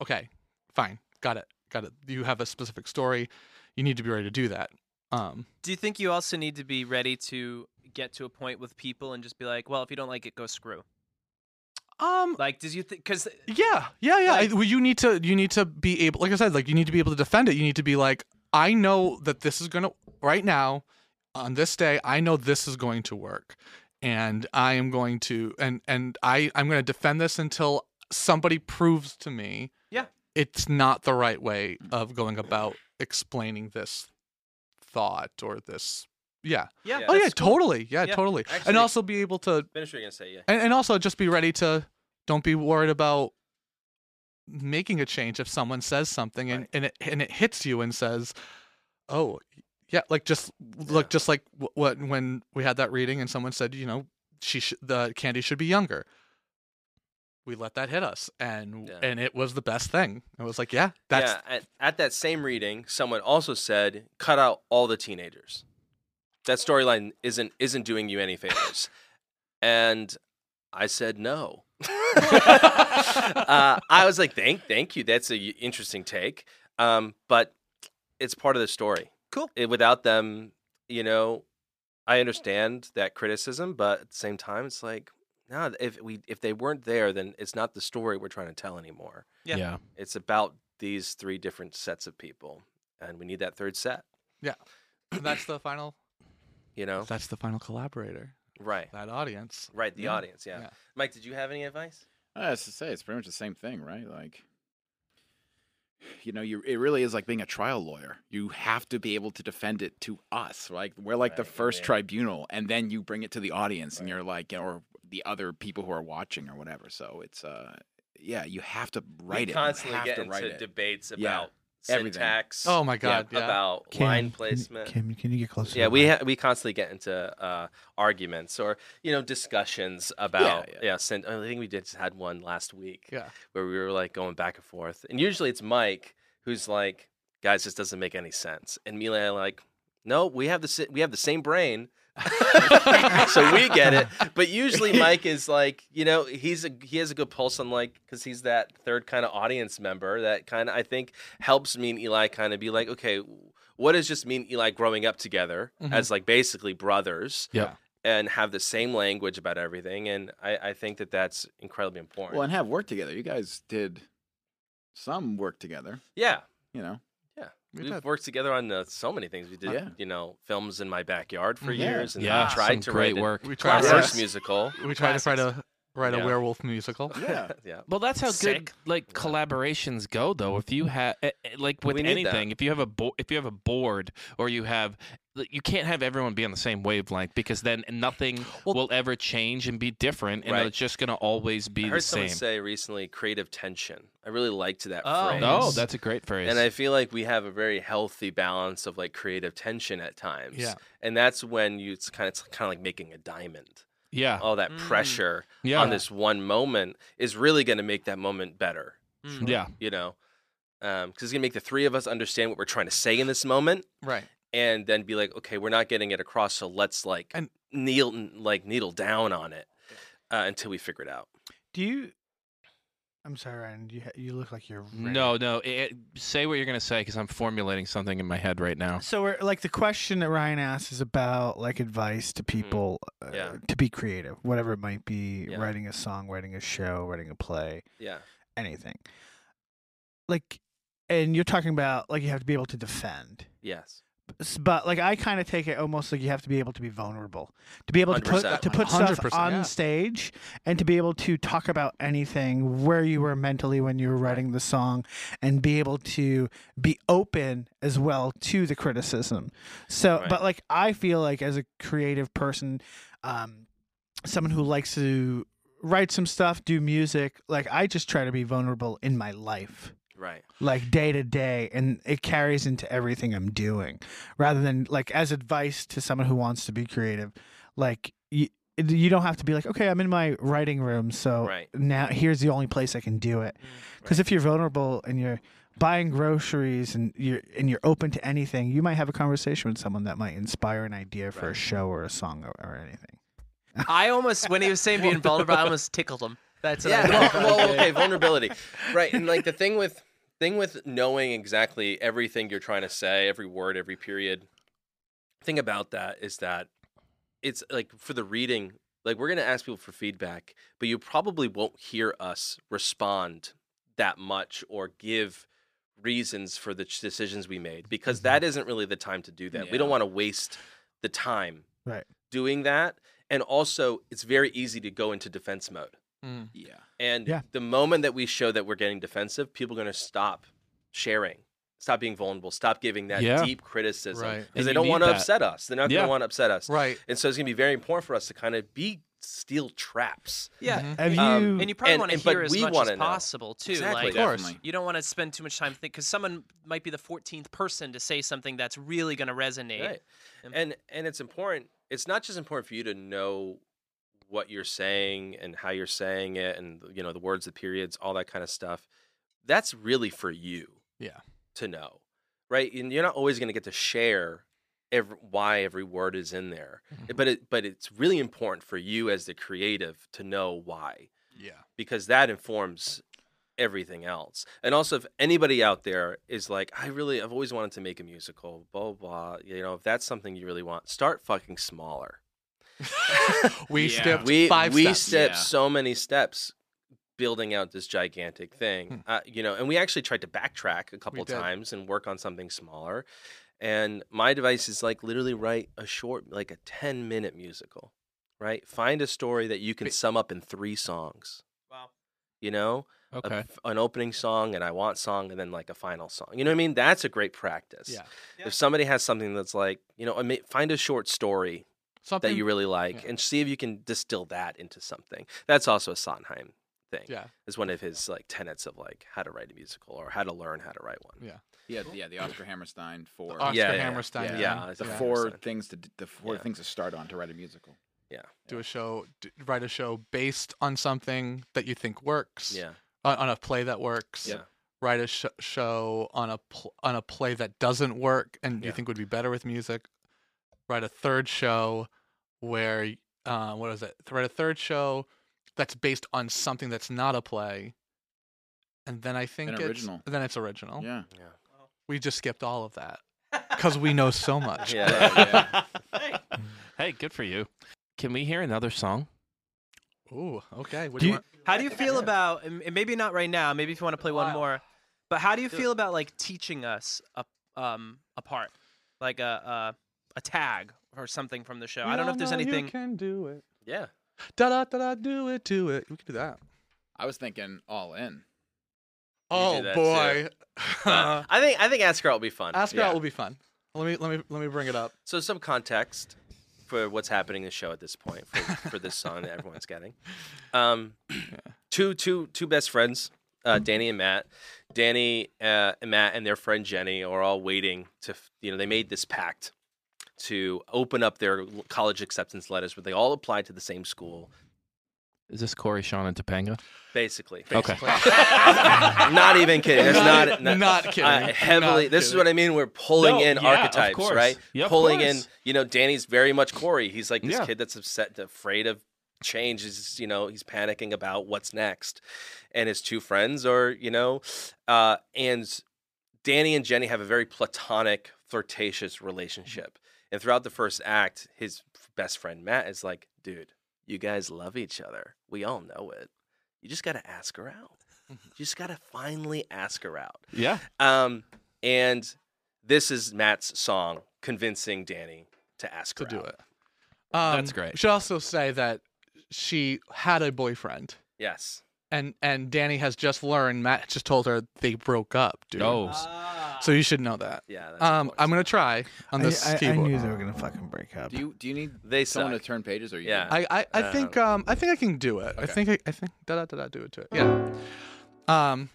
Speaker 3: okay, fine, got it, got it. You have a specific story. You need to be ready to do that. Um,
Speaker 1: Do you think you also need to be ready to get to a point with people and just be like, well, if you don't like it, go screw?
Speaker 3: um,
Speaker 1: Like, does you think, because
Speaker 3: Yeah, yeah, yeah.
Speaker 1: Like-
Speaker 3: I- well, you need to you need to be able, like I said, like you need to be able to defend it. You need to be like, I know that this is gonna right now on this day. I know this is going to work, and I am going to and and I I'm gonna defend this until somebody proves to me
Speaker 1: Yeah.
Speaker 3: it's not the right way of going about explaining this thought or this yeah
Speaker 1: Yeah.
Speaker 2: Yeah.
Speaker 3: oh yeah
Speaker 1: that's cool.
Speaker 3: totally yeah,
Speaker 1: Yeah.
Speaker 3: totally
Speaker 2: Actually-
Speaker 3: and also be able to
Speaker 2: Finish what you're gonna say, yeah.
Speaker 3: and, and also just be ready to don't be worried about making a change if someone says something and, and it and it hits you and says oh yeah like just look just like wh- what when we had that reading and someone said you know she sh- the candy should be younger we let that hit us and
Speaker 2: Yeah.
Speaker 3: and it was the best thing it was like yeah that's
Speaker 2: yeah, at, at that same reading, someone also said, "Cut out all the teenagers." That storyline isn't isn't doing you any favors, and I said no. uh, I was like, "Thank, thank you. That's an interesting take, um, but it's part of the story."
Speaker 1: Cool.
Speaker 2: It, without them, you know, I understand that criticism, but at the same time, it's like, no, if we if they weren't there, then it's not the story we're trying to tell anymore
Speaker 1: Yeah.
Speaker 4: yeah.
Speaker 2: it's about these three different sets of people and we need that third set
Speaker 3: and (clears throat) that's the final
Speaker 2: you know
Speaker 3: that's the final collaborator
Speaker 2: right
Speaker 3: that audience
Speaker 2: right the
Speaker 6: Yeah.
Speaker 2: audience yeah.
Speaker 3: Yeah.
Speaker 2: mike did you have any advice
Speaker 6: Uh, as to say, it's pretty much the same thing, right? Like, you know, you it really is like being a trial lawyer. You have to be able to defend it to us. Like we're like the
Speaker 2: Right,
Speaker 6: first
Speaker 2: yeah.
Speaker 6: tribunal, and then you bring it to the audience, and you're like, or the other people who are watching or whatever. So it's uh, yeah, you have to write
Speaker 2: we
Speaker 6: it.
Speaker 2: constantly
Speaker 6: you have
Speaker 2: get
Speaker 6: to write
Speaker 2: into
Speaker 6: it.
Speaker 2: debates
Speaker 6: Yeah.
Speaker 2: about
Speaker 6: Everything.
Speaker 2: syntax
Speaker 3: oh my god yeah,
Speaker 2: about
Speaker 5: Kim,
Speaker 2: line
Speaker 5: can-
Speaker 2: placement
Speaker 5: Kim, can you get closer? to
Speaker 2: yeah
Speaker 5: the
Speaker 2: we
Speaker 5: mic?
Speaker 2: ha- we constantly get into uh, arguments or you know discussions about yeah,
Speaker 6: yeah.
Speaker 2: syn- i think we did just had one last week
Speaker 3: Yeah.
Speaker 2: where we were like going back and forth and usually it's mike who's like guys this doesn't make any sense and mila like no we have the si- we have the same brain (laughs) so we get it but usually mike is like you know he's a he has a good pulse on like because he's that third kind of audience member that kind of i think helps me and eli kind of be like okay what does just mean Eli growing up together
Speaker 6: Mm-hmm.
Speaker 3: Mhm.
Speaker 2: as like basically brothers
Speaker 4: Yep.
Speaker 2: and have the same language about everything? And I, I think that that's incredibly important.
Speaker 6: well, and have work together. You guys did some work together.
Speaker 2: yeah.
Speaker 6: You know,
Speaker 3: We
Speaker 2: We've
Speaker 3: did.
Speaker 2: worked together on uh, so many things. We did,
Speaker 6: Yeah. Mm-hmm.
Speaker 2: you know, films in my backyard for
Speaker 3: Mhm.
Speaker 5: Yeah.
Speaker 2: years, and
Speaker 4: yeah.
Speaker 2: I tried
Speaker 4: some
Speaker 2: to
Speaker 4: great
Speaker 2: write a
Speaker 4: work.
Speaker 3: we tried
Speaker 2: classics
Speaker 3: to
Speaker 5: Classics.
Speaker 3: write,
Speaker 2: musical.
Speaker 3: we tried to try to write
Speaker 2: Yeah.
Speaker 3: a werewolf
Speaker 6: (laughs)
Speaker 3: musical
Speaker 6: Yeah.
Speaker 2: (laughs) yeah.
Speaker 4: Well, that's how
Speaker 1: Sick.
Speaker 4: good like collaborations go, though. If you have like with
Speaker 2: We need that.
Speaker 4: anything, if you have a bo- if you have a board or you have like, you can't have everyone be on the same wavelength because then nothing
Speaker 3: Well-
Speaker 4: will ever change and be different, and
Speaker 2: Right.
Speaker 4: it's just gonna always be
Speaker 2: I
Speaker 4: the
Speaker 2: heard someone
Speaker 4: same.
Speaker 2: say recently, creative tension. I really liked that
Speaker 1: Oh.
Speaker 2: phrase.
Speaker 4: no, that's a great phrase.
Speaker 2: And I feel like we have a very healthy balance of like creative tension at times.
Speaker 3: Yeah.
Speaker 2: And that's when you it's kind of it's kind of like making a diamond.
Speaker 4: yeah,
Speaker 2: All that
Speaker 1: Mm.
Speaker 2: pressure
Speaker 4: yeah,
Speaker 2: on this one moment is really going to make that moment better,
Speaker 1: Mm.
Speaker 4: yeah.
Speaker 2: you know? Because it's going to make the three of us understand what we're trying to say in this moment
Speaker 3: right
Speaker 2: and then be like, okay, we're not getting it across. So let's like
Speaker 3: And-
Speaker 2: kneel, n- like needle down on it uh, until we figure it out.
Speaker 5: Do you? I'm sorry, Ryan. You ha- you look like you're ready.
Speaker 4: No, no. It, say what you're gonna say because I'm formulating something in my head right now.
Speaker 5: So we're like the question that Ryan asks is about like advice to people uh,
Speaker 2: Mm-hmm. Yeah.
Speaker 5: to be creative, whatever it might be,
Speaker 2: Yeah.
Speaker 5: writing a song, writing a show, writing a play,
Speaker 2: Yeah.
Speaker 5: anything. Like, and you're talking about like you have to be able to defend,
Speaker 2: Yes.
Speaker 5: S- but like I kind of take it almost like you have to be able to be vulnerable, to be able to put
Speaker 2: 100%.
Speaker 5: to put stuff
Speaker 3: 100%,
Speaker 5: on
Speaker 3: yeah.
Speaker 5: stage, and to be able to talk about anything where you were mentally when you were writing the song, and be able to be open as well to the criticism. So,
Speaker 2: Right.
Speaker 5: but like I feel like as a creative person, um, someone who likes to write some stuff, do music, like I just try to be vulnerable in my life
Speaker 2: Right.
Speaker 5: like day to day and it carries into everything I'm doing rather than like as advice to someone who wants to be creative like you, you don't have to be like okay I'm in my writing room so
Speaker 2: Right.
Speaker 5: now here's the only place I can do it because if you're vulnerable and you're buying groceries and you're and you're open to anything you might have a conversation with someone that might inspire an idea for a
Speaker 2: Right.
Speaker 5: show or a song or, or
Speaker 3: (laughs)
Speaker 5: anything
Speaker 1: I almost when he was saying
Speaker 2: (laughs)
Speaker 1: being vulnerable, I almost tickled him. That's what I
Speaker 2: yeah.
Speaker 1: was
Speaker 2: Well, well,
Speaker 1: (laughs)
Speaker 2: okay, vulnerability, right? And like the thing with thing with knowing exactly everything you're trying to say, every word, every period. Thing about that is that it's like for the reading, like we're gonna ask people for feedback, but you probably won't hear us respond that much or give reasons for the ch- decisions we made because that isn't really the time to do that. We don't
Speaker 6: Yeah.
Speaker 2: want to waste the time
Speaker 5: Right.
Speaker 2: doing that. And also, it's very easy to go into defense mode
Speaker 3: Mm.
Speaker 6: Yeah.
Speaker 2: And
Speaker 5: Yeah.
Speaker 2: the moment that we show that we're getting defensive, people are going to stop sharing, stop being vulnerable, stop giving that
Speaker 4: Yeah.
Speaker 2: deep criticism
Speaker 3: Right.
Speaker 2: because
Speaker 4: And
Speaker 2: they
Speaker 4: you
Speaker 2: don't
Speaker 4: need
Speaker 2: want to
Speaker 4: that.
Speaker 2: upset us. They're not going
Speaker 4: Yeah.
Speaker 2: to want to upset us.
Speaker 3: Right.
Speaker 2: And so it's going to be very important for us to kind of be steel traps.
Speaker 1: Yeah. Uh,
Speaker 3: Mhm.
Speaker 5: Have you?
Speaker 2: Um,
Speaker 1: And you probably
Speaker 2: And-
Speaker 1: want to
Speaker 2: and- but
Speaker 1: hear as
Speaker 2: we
Speaker 1: much
Speaker 2: wanna
Speaker 1: as
Speaker 2: know.
Speaker 1: possible too. Like
Speaker 2: Exactly.
Speaker 3: Of course.
Speaker 6: Definitely.
Speaker 1: you don't want to spend too much time thinking because someone might be the 14th person to say something that's really going to resonate.
Speaker 2: Right.
Speaker 1: Um,
Speaker 2: And and it's important. It's not just important for you to know what you're saying and how you're saying it and you know the words, the periods, all that kind of stuff. That's really for you.
Speaker 3: Yeah.
Speaker 2: To know, right? And you're not always going to get to share every, why every word is in there,
Speaker 3: Mhm.
Speaker 2: but it but it's really important for you as the creative to know why
Speaker 3: Yeah.
Speaker 2: because that informs everything else. And also, if anybody out there is like, I really, I've always wanted to make a musical, blah, blah, blah, you know, if that's something you really want, start fucking smaller.
Speaker 3: We
Speaker 6: Yeah.
Speaker 3: skipped
Speaker 2: We,
Speaker 3: five
Speaker 2: we
Speaker 3: steps.
Speaker 2: stepped
Speaker 6: Yeah.
Speaker 2: so many steps building out this gigantic thing,
Speaker 3: Hmm.
Speaker 2: uh, you know, and we actually tried to backtrack a couple
Speaker 3: did.
Speaker 2: times and work on something smaller. And my device is like literally write a short, like a 10 minute musical, right? Find a story that you can
Speaker 3: Wait.
Speaker 2: sum up in three songs,
Speaker 1: wow.
Speaker 2: you know? a
Speaker 4: Okay.
Speaker 2: f- an opening song and I want song and then like a final song. You know what I mean? That's a great practice.
Speaker 3: Yeah.
Speaker 1: Yeah.
Speaker 2: If somebody has something that's like, you know, I mean, find a short story
Speaker 3: Something
Speaker 2: that you really like
Speaker 3: yeah.
Speaker 2: and see if you can distill that into something. That's also a Sondheim thing.
Speaker 3: Yeah.
Speaker 2: It's one of his like tenets of like how to write a musical or how to learn how to write one.
Speaker 3: Yeah.
Speaker 6: Yeah, yeah, the Oscar Hammerstein for
Speaker 3: Oscar
Speaker 2: yeah, yeah,
Speaker 3: Hammerstein.
Speaker 6: yeah.
Speaker 3: thing.
Speaker 2: Yeah, it's
Speaker 6: the
Speaker 2: a
Speaker 3: yeah.
Speaker 2: full-
Speaker 6: four
Speaker 2: 100%.
Speaker 6: things to d- the four
Speaker 2: Yeah.
Speaker 6: things to start on to write a musical.
Speaker 3: Do a show. d write a show based on something that you think works.
Speaker 2: Yeah.
Speaker 3: On, on a play that works.
Speaker 2: Yeah.
Speaker 3: Write a sh- show on a pl- on a play that doesn't work and you
Speaker 2: Yeah.
Speaker 3: think would be better with music. Write a third show where y- uh, what is it? Write a third show that's based on something that's not a play. And then I think it's
Speaker 6: original.
Speaker 3: then it's original.
Speaker 6: Yeah.
Speaker 2: Yeah.
Speaker 3: We just skipped all of that because we know so much.
Speaker 6: Oh,
Speaker 2: Yeah.
Speaker 4: hey, good for you. Can we hear another song?
Speaker 3: Ooh, okay. What
Speaker 5: Do
Speaker 3: do you
Speaker 5: you-
Speaker 3: want?
Speaker 1: How do you feel about, and and maybe not right now, maybe if you want to play one more, but how do you
Speaker 2: Do
Speaker 1: feel about like teaching us a, um, a part, like a, a, a tag or something from the show? I don't know if there's anything.
Speaker 3: can do it.
Speaker 2: Yeah.
Speaker 3: Da da da da. Do it. Do it. We can do that.
Speaker 6: I was thinking all in.
Speaker 3: Oh
Speaker 2: that
Speaker 3: boy. (laughs)
Speaker 2: But I think I think Ask Her Out will be fun.
Speaker 3: Ask her
Speaker 6: Yeah.
Speaker 3: out will be fun. Let me let me let me bring it up.
Speaker 2: So some context for what's happening in the show at this point for, for this song that everyone's getting. Um, two two two best friends, uh, Danny and Matt. Danny uh, and Matt and their friend Jenny are all waiting to f- you know they made this pact to open up their l- college acceptance letters where they all applied to the same school
Speaker 4: Is this Corey, Sean, and Topanga?
Speaker 2: basically.
Speaker 4: Okay.
Speaker 2: not even kidding. That's not
Speaker 3: Not-
Speaker 2: not,
Speaker 3: not kidding.
Speaker 2: Uh, heavily.
Speaker 3: Not
Speaker 2: this is
Speaker 3: kidding.
Speaker 2: what I mean. We're pulling
Speaker 4: No,
Speaker 2: in
Speaker 4: yeah, of
Speaker 2: archetypes,
Speaker 4: course.
Speaker 2: right?
Speaker 4: Yeah, of
Speaker 2: pulling in.
Speaker 4: course.
Speaker 2: You know, Danny's very much Corey. He's like this
Speaker 4: Yeah.
Speaker 2: kid that's upset, afraid of change. He's just, you know, he's panicking about what's next, and his two friends are you know, uh, and Danny and Jenny have a very platonic, flirtatious relationship. And throughout the first act, his best friend Matt is like, "Dude, you guys love each other. We all know it. You just got to ask her
Speaker 4: (laughs)
Speaker 2: out. You just got to finally ask her out."
Speaker 4: Yeah.
Speaker 2: Um, and this is Matt's song convincing Danny to ask
Speaker 3: To
Speaker 2: her
Speaker 3: do
Speaker 2: out.
Speaker 3: it. Um,
Speaker 4: That's great.
Speaker 3: We should also say that she had a boyfriend,
Speaker 2: Yes.
Speaker 3: and and Danny has just learned. Matt just told her they broke up, dude.
Speaker 4: Oh.
Speaker 1: Ah.
Speaker 3: So you should know that.
Speaker 2: Yeah. that's
Speaker 3: Um, I'm
Speaker 2: important.
Speaker 3: gonna try on
Speaker 5: I,
Speaker 3: this
Speaker 5: I, I
Speaker 3: keyboard.
Speaker 5: knew they were gonna fucking break up.
Speaker 6: Do you do you need
Speaker 2: They
Speaker 6: someone
Speaker 2: suck.
Speaker 6: to turn pages or you?
Speaker 2: Yeah.
Speaker 6: good?
Speaker 3: I I, I
Speaker 2: Uh,
Speaker 3: think um I think I can do it. I
Speaker 6: Okay.
Speaker 3: think I, I think da da da da do it to it. Yeah. Um,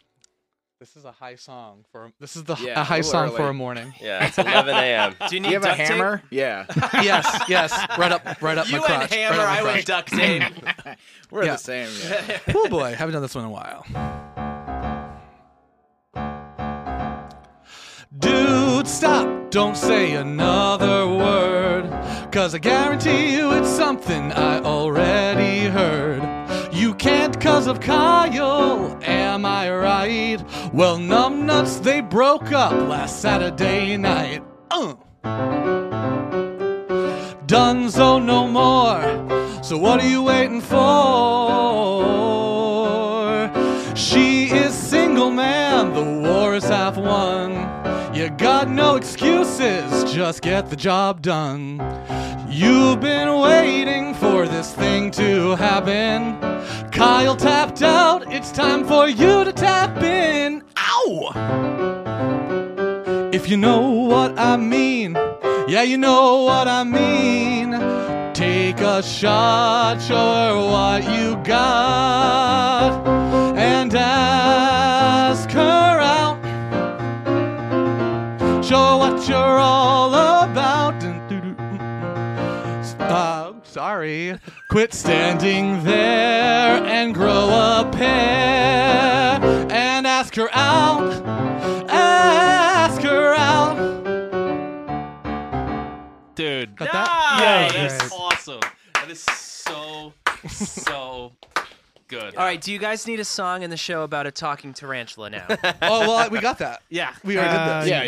Speaker 3: this is a high song for this is the h-
Speaker 6: Yeah,
Speaker 3: a high
Speaker 6: a little
Speaker 3: song for
Speaker 6: early.
Speaker 3: a morning.
Speaker 2: (laughs) Yeah. It's 11 a.m.
Speaker 1: Do you need
Speaker 5: Do you have a
Speaker 1: duct tape?
Speaker 5: hammer?
Speaker 6: Yeah.
Speaker 3: yes, yes, right up right up
Speaker 1: You
Speaker 3: my crotch.
Speaker 1: and hammer,
Speaker 3: right up
Speaker 1: I would
Speaker 3: my
Speaker 1: duct
Speaker 3: crotch.
Speaker 1: tape.
Speaker 6: We're
Speaker 3: Yeah.
Speaker 6: the same. Yeah.
Speaker 3: (laughs) Oh boy, haven't done this one in a while. Dude, stop. Don't say another word. Cause I guarantee you it's something I already heard. You can't cause of Kyle, am I right? Well, numbnuts, they broke up last Saturday night. Uh. Dunzo no more. So what are you waiting for? She is single, man. The war is half won. You got no excuses. Just get the job done. You've been waiting for this thing to happen. Kyle tapped out. It's time for you to tap in. Ow! If you know what I mean, yeah, you know what I mean. Take a shot, show her what you got, and ask her out. Show her what you're all about. Dun, doo, doo, mm, mm. Uh, sorry. Quit standing there and grow a pair and ask her out. Ask her out. (laughs)
Speaker 4: Dude.
Speaker 3: Got
Speaker 4: Yeah,
Speaker 3: that?
Speaker 4: that's
Speaker 3: Yes.
Speaker 4: awesome. That is so, so good.
Speaker 1: All right, do you guys need a song in the show about a talking tarantula
Speaker 3: (laughs)
Speaker 1: now?
Speaker 3: Oh well, we got that.
Speaker 1: yeah.
Speaker 3: We already
Speaker 5: Uh,
Speaker 3: did
Speaker 4: Yeah,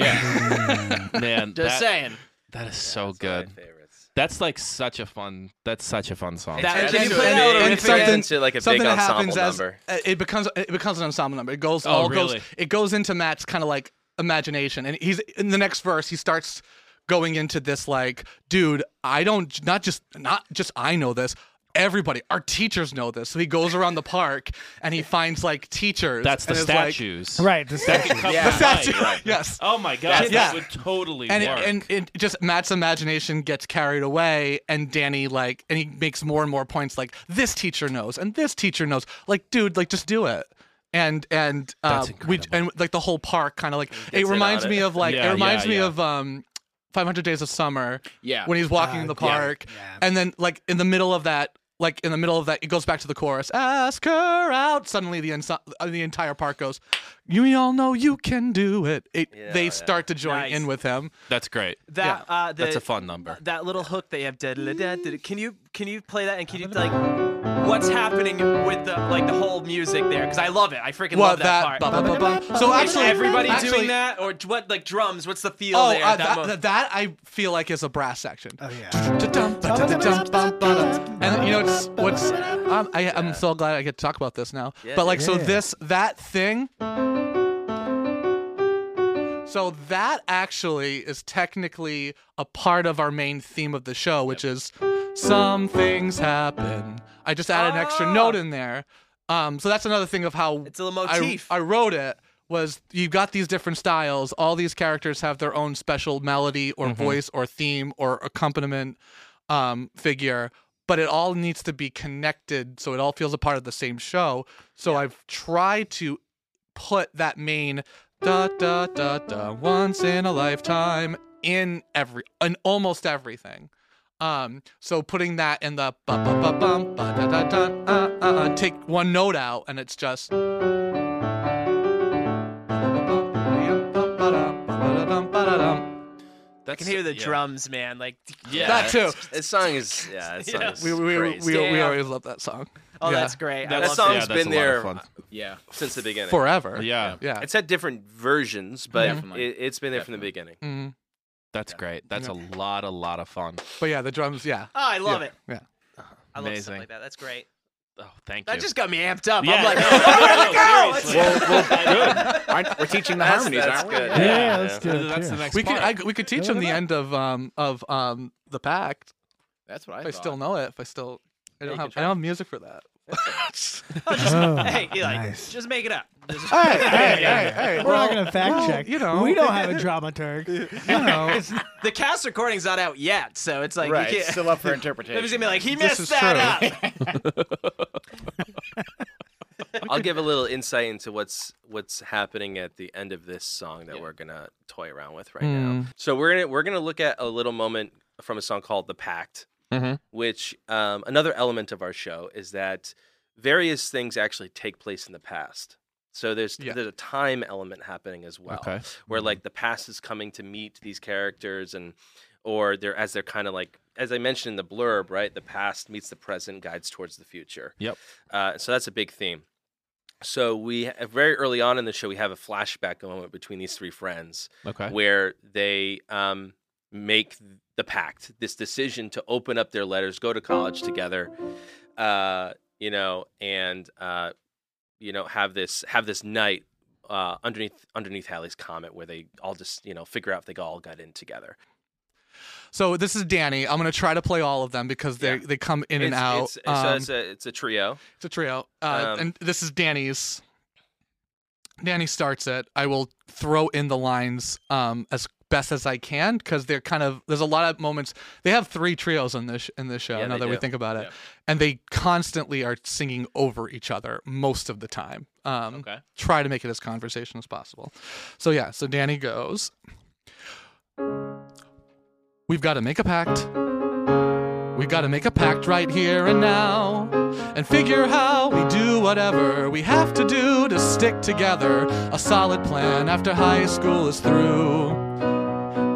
Speaker 4: yeah. Man,
Speaker 1: Just
Speaker 4: that,
Speaker 1: saying.
Speaker 4: that is so
Speaker 2: It's one of my
Speaker 4: good.
Speaker 2: favorites.
Speaker 4: That's like such a fun. That's such a fun song.
Speaker 1: That-
Speaker 2: And
Speaker 1: can
Speaker 2: just
Speaker 1: you play
Speaker 2: and
Speaker 1: that
Speaker 2: it-
Speaker 1: little
Speaker 2: and
Speaker 1: riff
Speaker 2: turns
Speaker 1: again?
Speaker 2: into like a big
Speaker 3: Something that
Speaker 2: ensemble
Speaker 3: happens as
Speaker 2: number.
Speaker 3: uh, it becomes it becomes an ensemble number. It goes
Speaker 4: Oh,
Speaker 3: all
Speaker 4: really?
Speaker 3: goes it goes into Matt's kind of like imagination, and he's in the next verse he starts going into this like, dude, I don't not just not just I know this. Everybody, our teachers know this. So he goes around the park and he finds like teachers.
Speaker 4: That's the
Speaker 3: and is like-
Speaker 4: statues.
Speaker 5: Right. The
Speaker 4: That
Speaker 5: statue.
Speaker 4: could come
Speaker 2: Yeah.
Speaker 3: (laughs)
Speaker 4: to
Speaker 3: the statue.
Speaker 4: light, right?
Speaker 3: (laughs) Yes.
Speaker 4: Oh my god,
Speaker 3: That's-
Speaker 4: that
Speaker 3: yeah.
Speaker 4: would totally
Speaker 3: and it,
Speaker 4: work.
Speaker 3: and it just Matt's imagination gets carried away, and Danny like, and he makes more and more points like this teacher knows, and this teacher knows. Like, dude, like just do it. And and uh,
Speaker 4: That's
Speaker 3: we
Speaker 4: incredible.
Speaker 3: and like the whole park kind of like
Speaker 2: in
Speaker 3: it
Speaker 2: on
Speaker 3: reminds me
Speaker 2: it.
Speaker 3: of like
Speaker 4: Yeah,
Speaker 3: it reminds
Speaker 4: yeah,
Speaker 3: me
Speaker 4: yeah.
Speaker 3: of um, Five Hundred Days of Summer
Speaker 6: Yeah.
Speaker 3: when he's
Speaker 4: Uh,
Speaker 3: walking in the park, and then like in the middle of that. Like in the middle of that, it goes back to the chorus. Ask her out. Suddenly, the inso- uh, the entire park goes. You all know you can do it. it
Speaker 2: Yeah,
Speaker 3: they
Speaker 2: yeah.
Speaker 3: start to join
Speaker 1: Nice.
Speaker 3: in with him.
Speaker 4: that's great.
Speaker 1: That uh, the,
Speaker 4: That's a fun number.
Speaker 1: that little hook that you have. da- da- da- da- da- Can you can you play that and can you like what's happening with the like the whole music there? Because I love it. I freaking
Speaker 3: Well,
Speaker 1: love that,
Speaker 3: that-
Speaker 1: part.
Speaker 3: ba- ba- ba- ba- So
Speaker 1: Is
Speaker 3: actually,
Speaker 1: everybody
Speaker 3: actually,
Speaker 1: doing that or d- what like drums? What's the feel
Speaker 3: Oh,
Speaker 1: there?
Speaker 3: uh,
Speaker 1: at that
Speaker 3: that,
Speaker 1: moment?
Speaker 3: that, that I feel like is a brass section.
Speaker 5: Oh yeah.
Speaker 3: Da-dum, ba-da-da-dum, ba-ba-da. And you know, it's what's um, I, I'm so glad I get to talk about this now.
Speaker 2: Yeah,
Speaker 3: but like, so
Speaker 5: yeah.
Speaker 3: this that thing. So that actually is technically a part of our main theme of the show, which is some things happen. I just added an extra
Speaker 1: Ah.
Speaker 3: note in there. Um, so that's another thing of how
Speaker 1: It's a little
Speaker 3: I-
Speaker 1: motif.
Speaker 3: I, wrote it was you've got these different styles. All these characters have their own special melody or voice or theme or accompaniment um, figure, but it all needs to be connected so it all feels a part of the same show. So I've tried to put that main da da da da once in a lifetime in every in almost everything. Um, so putting that in the ba ba ba bum ba da da da uh, uh, uh, take one note out and it's just
Speaker 1: I can hear the drums, man. Like
Speaker 4: Yeah.
Speaker 3: that too.
Speaker 2: This song is yeah. That song
Speaker 1: Yeah.
Speaker 2: is
Speaker 3: We we, we,
Speaker 2: crazy.
Speaker 3: we, we
Speaker 1: Damn.
Speaker 3: always love that song
Speaker 1: oh,
Speaker 3: Yeah.
Speaker 1: that's great. I
Speaker 2: That
Speaker 1: love
Speaker 2: song's
Speaker 1: that.
Speaker 4: that's
Speaker 2: been
Speaker 4: a lot
Speaker 2: there
Speaker 4: of fun.
Speaker 6: yeah.
Speaker 2: since the beginning.
Speaker 3: forever.
Speaker 4: Yeah,
Speaker 3: yeah.
Speaker 2: It's had different versions, but
Speaker 6: Definitely.
Speaker 2: it, it's been there from the beginning.
Speaker 3: Mhm.
Speaker 4: that's great. That's a lot, a lot of fun.
Speaker 3: But yeah, the drums. Yeah,
Speaker 1: Oh, I love
Speaker 3: Yeah.
Speaker 1: it.
Speaker 3: Yeah.
Speaker 1: I love stuff
Speaker 4: Amazing.
Speaker 1: like that. That's great.
Speaker 4: Oh, thank
Speaker 1: That
Speaker 4: you.
Speaker 1: just got me amped up.
Speaker 4: Yeah,
Speaker 1: I'm like,
Speaker 4: no,
Speaker 1: oh,
Speaker 4: no,
Speaker 1: let's go.
Speaker 4: seriously.
Speaker 1: Let's-
Speaker 2: (laughs)
Speaker 6: Aren't, we're teaching the
Speaker 2: That's-
Speaker 6: harmonies,
Speaker 2: that's
Speaker 6: aren't we?
Speaker 2: good.
Speaker 6: Yeah.
Speaker 5: Yeah,
Speaker 2: Yeah.
Speaker 5: let's do it.
Speaker 4: that's
Speaker 5: too.
Speaker 4: the next
Speaker 3: we could
Speaker 4: part.
Speaker 3: I, we could teach
Speaker 5: Yeah,
Speaker 3: them
Speaker 5: why
Speaker 3: the
Speaker 5: not?
Speaker 3: end of um of um the pact.
Speaker 6: That's what I
Speaker 3: If I
Speaker 6: thought.
Speaker 3: still know it, if I still I
Speaker 2: you
Speaker 3: don't
Speaker 2: can
Speaker 3: have I don't have music for that.
Speaker 1: Oh, (laughs) just-
Speaker 5: Oh,
Speaker 1: hey, Eli,
Speaker 5: nice.
Speaker 1: just make it up. Just-
Speaker 5: Hey, hey, hey, hey. We're not gonna fact
Speaker 3: well,
Speaker 5: check.
Speaker 3: you know.
Speaker 5: we don't have a dramaturg.
Speaker 3: You know,
Speaker 1: the cast recording's not out yet, so it's like
Speaker 6: right.
Speaker 1: you (laughs)
Speaker 6: It's
Speaker 1: can't.
Speaker 6: still up for
Speaker 1: It was gonna
Speaker 6: interpretation.
Speaker 1: be like he
Speaker 3: This
Speaker 1: messed
Speaker 3: is
Speaker 1: that
Speaker 3: true.
Speaker 1: up.
Speaker 2: (laughs) I'll give a little insight into what's what's happening at the end of this song that we're gonna toy around with right now. So we're gonna we're gonna look at a little moment from a song called "The Pact,"
Speaker 4: Mhm.
Speaker 2: which um, another element of our show is that various things actually take place in the past. So there's
Speaker 3: Yeah.
Speaker 2: there's a time element happening as well,
Speaker 4: Okay.
Speaker 2: where like the past is coming to meet these characters and or they're as they're kind of like as I mentioned in the blurb, right? The past meets the present, guides towards the future.
Speaker 4: Yep.
Speaker 2: Uh, so that's a big theme. So we very early on in the show we have a flashback moment between these three friends
Speaker 4: Okay.
Speaker 2: where they um, make the pact, this decision to open up their letters, go to college together, uh, you know, and uh, you know have this have this night uh, underneath underneath Halley's comet where they all just you know figure out if they all got in together.
Speaker 3: So this is Danny. I'm gonna try to play all of them because they
Speaker 2: Yeah.
Speaker 3: they come in and
Speaker 2: It's-
Speaker 3: out.
Speaker 2: It's,
Speaker 3: Um,
Speaker 2: so it's a, it's a trio.
Speaker 3: it's a trio, uh,
Speaker 2: um,
Speaker 3: and this is Danny's. Danny starts it. I will throw in the lines um, as best as I can because they're kind of there's a lot of moments. They have three trios in this in this show.
Speaker 2: Yeah,
Speaker 3: now
Speaker 2: they
Speaker 3: that we
Speaker 2: do.
Speaker 3: think about it,
Speaker 2: Yeah.
Speaker 3: and they constantly are singing over each other most of the time. Um,
Speaker 4: Okay.
Speaker 3: Try to make it as conversational as possible. So yeah, so Danny goes. We've got to make a pact. We've got to make a pact right here and now and figure how we do whatever we have to do to stick together. A solid plan after high school is through.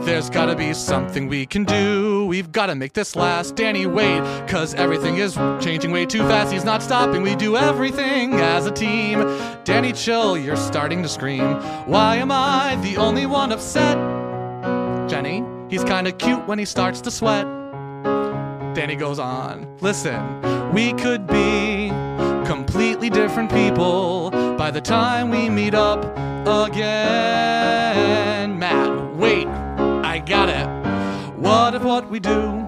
Speaker 3: There's gotta be something we can do. We've gotta make this last. Danny, wait, cause everything is changing way too fast. He's not stopping. We do everything as a team. Danny, chill, you're starting to scream. Why am I the only one upset? Jenny, he's kinda cute when he starts to sweat. Danny goes on. Listen, we could be completely different people by the time we meet up again. Matt, wait, I got it. What if what we do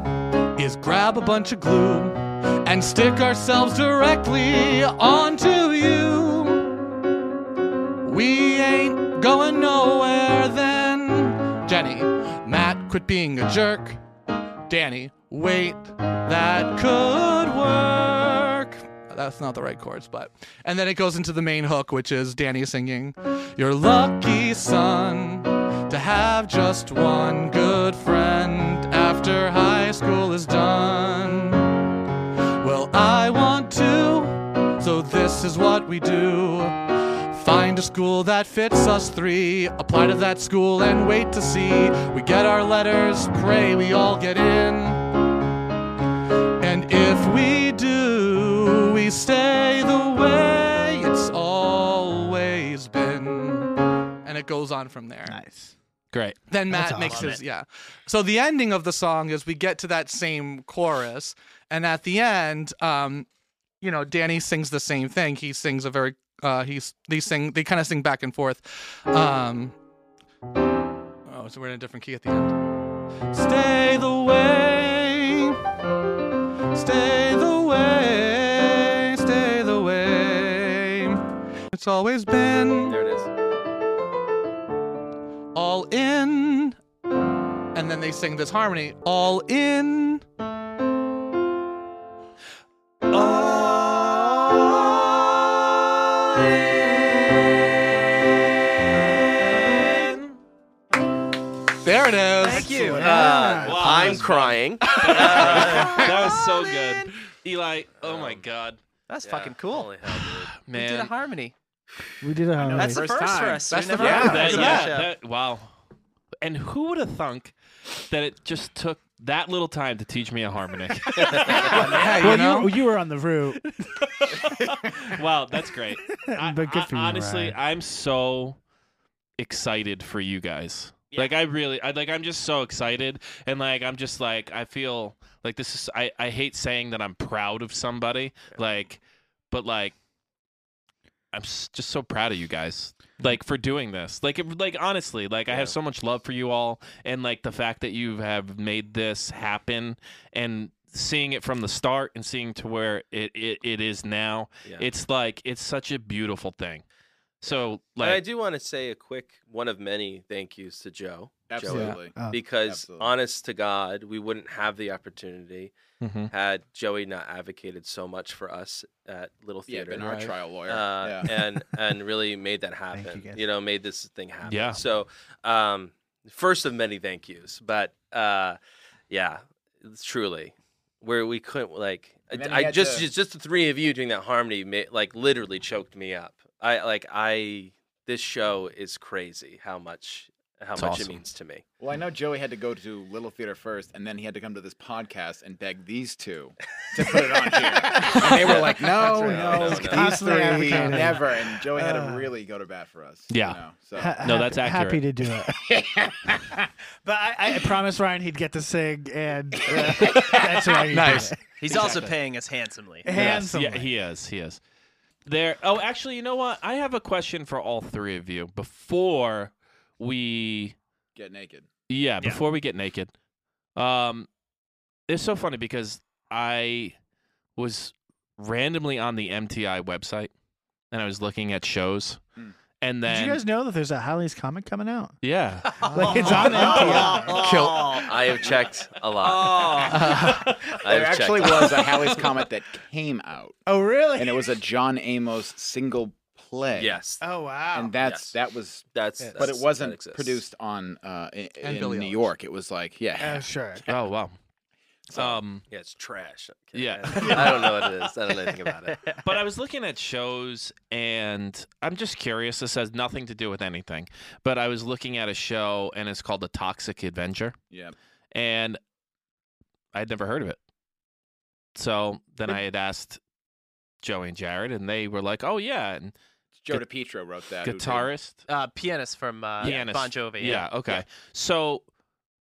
Speaker 3: is grab a bunch of glue and stick ourselves directly onto you? We ain't going nowhere then. Jenny, Matt, quit being a jerk. Danny, wait, that could work. That's not the right chords, but. And then it goes into the main hook, which is Danny singing, You're lucky, son, to have just one good friend after high school is done. Well, I want to, so this is what we do. Find a school that fits us three. Apply to that school and wait to see. We get our letters, pray we all get in. And if we do, we stay the way it's always been. And it goes on from there.
Speaker 5: Nice.
Speaker 4: Great.
Speaker 3: Then Matt
Speaker 5: That's awesome.
Speaker 3: makes
Speaker 5: Love
Speaker 3: his yeah. So the ending of the song is we get to that same chorus, and at the end, um, you know, Danny sings the same thing. He sings a very uh, he's they sing they kind of sing back and forth. Um, oh, so we're in a different key at the end. Stay the way, stay the way, stay the way. It's always been
Speaker 2: There it is.
Speaker 3: all in and then they sing this harmony all in all in. there it is
Speaker 1: Thank you.
Speaker 2: Uh,
Speaker 4: Wow, (laughs)
Speaker 5: Yeah.
Speaker 4: that
Speaker 2: I'm
Speaker 4: was fun.
Speaker 2: crying. Uh,
Speaker 4: that was
Speaker 3: Oh,
Speaker 4: so good. Eli, oh my
Speaker 2: Um,
Speaker 4: god.
Speaker 1: That's
Speaker 2: Yeah,
Speaker 1: fucking cool.
Speaker 2: holy hell, dude.
Speaker 1: We did a
Speaker 4: Man.
Speaker 1: harmony.
Speaker 5: We did a
Speaker 6: know
Speaker 5: harmony.
Speaker 1: That's the
Speaker 6: First
Speaker 1: first for
Speaker 6: time.
Speaker 1: us. We
Speaker 3: That's the
Speaker 1: never
Speaker 3: first
Speaker 1: had
Speaker 3: time.
Speaker 1: that
Speaker 4: That-
Speaker 1: on the
Speaker 4: yeah,
Speaker 1: show.
Speaker 4: that- wow. And who would have thunk that it just took that little time to teach me a (laughs) harmonic?
Speaker 3: yeah, you
Speaker 5: well,
Speaker 3: know?
Speaker 5: you, you were on the route.
Speaker 4: wow, that's great.
Speaker 5: (laughs)
Speaker 4: I-
Speaker 5: But good
Speaker 4: I-
Speaker 5: for you,
Speaker 4: honestly,
Speaker 5: Ryan.
Speaker 4: I'm so excited for you guys.
Speaker 1: Yeah.
Speaker 4: Like I really, I like I'm just so excited, and like I'm just like I feel like this is I I hate saying that I'm proud of somebody, like, but like I'm s- just so proud of you guys, like for doing this. Like it, like honestly, like I
Speaker 2: Yeah.
Speaker 4: have so much love for you all, and like the fact that you have made this happen and seeing it from the start and seeing to where it it, it is now
Speaker 2: Yeah.
Speaker 4: it's like it's such a beautiful thing. So
Speaker 2: And I
Speaker 4: like
Speaker 2: do want to say a quick one of many thank yous to Joe. Joey,
Speaker 6: Absolutely.
Speaker 5: Yeah. Uh,
Speaker 2: because
Speaker 6: Absolutely.
Speaker 2: honest to God, we wouldn't have the opportunity had Joey not advocated so much for us at Little
Speaker 6: Yeah,
Speaker 2: Theater.
Speaker 6: been our
Speaker 3: Right.
Speaker 6: trial lawyer.
Speaker 2: uh,
Speaker 6: yeah.
Speaker 2: (laughs) and
Speaker 6: (laughs)
Speaker 2: and really made that
Speaker 5: you,
Speaker 2: happen. You,
Speaker 5: guys.
Speaker 2: know, made this thing happen.
Speaker 4: Yeah.
Speaker 2: So, um, first of many thank yous, but uh, yeah, it's truly, where we couldn't like,
Speaker 6: And then
Speaker 2: I, I
Speaker 6: he had
Speaker 2: just
Speaker 6: to-
Speaker 2: just the three of you doing that harmony, ma- like literally choked me up. I like I this show is crazy how much how
Speaker 4: It's
Speaker 2: much it
Speaker 4: awesome.
Speaker 2: means to me.
Speaker 6: Well, I know Joey had to go to Little Theater first, and then he had to come to this podcast and beg these two to put it on here. and they were like,
Speaker 5: (laughs)
Speaker 6: no,
Speaker 5: That's right.
Speaker 2: No,
Speaker 6: no,
Speaker 2: no.
Speaker 6: these
Speaker 5: Constantly
Speaker 6: three,
Speaker 5: advocating.
Speaker 6: never. And Joey had to
Speaker 5: Uh,
Speaker 6: really go to bat for us.
Speaker 4: Yeah.
Speaker 6: You know, so.
Speaker 5: Ha-
Speaker 4: No, that's
Speaker 5: happy- Happy
Speaker 4: accurate.
Speaker 5: to do it. but I, I promised Ryan he'd get to sing, and uh, that's why he
Speaker 3: Nice.
Speaker 5: did
Speaker 1: He's also paying us handsomely.
Speaker 5: it.
Speaker 4: yes,
Speaker 5: Handsome.
Speaker 4: yeah, he is, he is. There oh actually you know what? I have a question for all three of you before we
Speaker 6: Get naked.
Speaker 4: yeah, before we get naked. Um, it's so funny because I was randomly on the MTI website and I was looking at shows,
Speaker 6: Hmm.
Speaker 4: and then
Speaker 5: Did you guys know that there's a Halley's comic coming out?
Speaker 4: yeah,
Speaker 5: (laughs) (laughs) Like, it's
Speaker 1: Oh. (laughs)
Speaker 5: on
Speaker 3: MTR. Kill-
Speaker 2: I have checked a lot.
Speaker 6: (laughs)
Speaker 1: Oh.
Speaker 2: I
Speaker 6: There
Speaker 2: have
Speaker 6: actually
Speaker 2: checked. (laughs)
Speaker 6: was a Halley's Comet that came out,
Speaker 5: Oh, really?
Speaker 6: and it was a John Amos single play.
Speaker 2: Yes,
Speaker 5: oh, wow.
Speaker 6: and that's
Speaker 2: Yes.
Speaker 6: that was,
Speaker 2: that's,
Speaker 3: Yes.
Speaker 6: but
Speaker 2: that's-
Speaker 6: it
Speaker 2: that
Speaker 6: wasn't
Speaker 2: exists.
Speaker 6: produced on uh, in,
Speaker 3: And
Speaker 6: in
Speaker 3: Billie
Speaker 6: New
Speaker 3: Eilish.
Speaker 6: York. It was like yeah,
Speaker 5: Uh, sure.
Speaker 4: oh wow.
Speaker 2: So,
Speaker 4: Um,
Speaker 2: yeah, it's trash.
Speaker 4: Yeah.
Speaker 2: I don't know what it is. I don't know anything about
Speaker 6: (laughs)
Speaker 2: it.
Speaker 4: but I was looking at shows and I'm just curious. This has nothing to do with anything, but I was looking at a show and it's called The Toxic Adventure,
Speaker 6: yeah.
Speaker 4: and I'd never heard of it. So then I had asked Joey and Jared, and they were like, "Oh yeah, and
Speaker 6: Joe
Speaker 4: Gu-
Speaker 6: DiPietro wrote that. who did-
Speaker 4: guitarist."
Speaker 1: uh, pianist from uh,
Speaker 4: Pianist.
Speaker 1: Bon Jovi.
Speaker 4: Yeah. Okay. So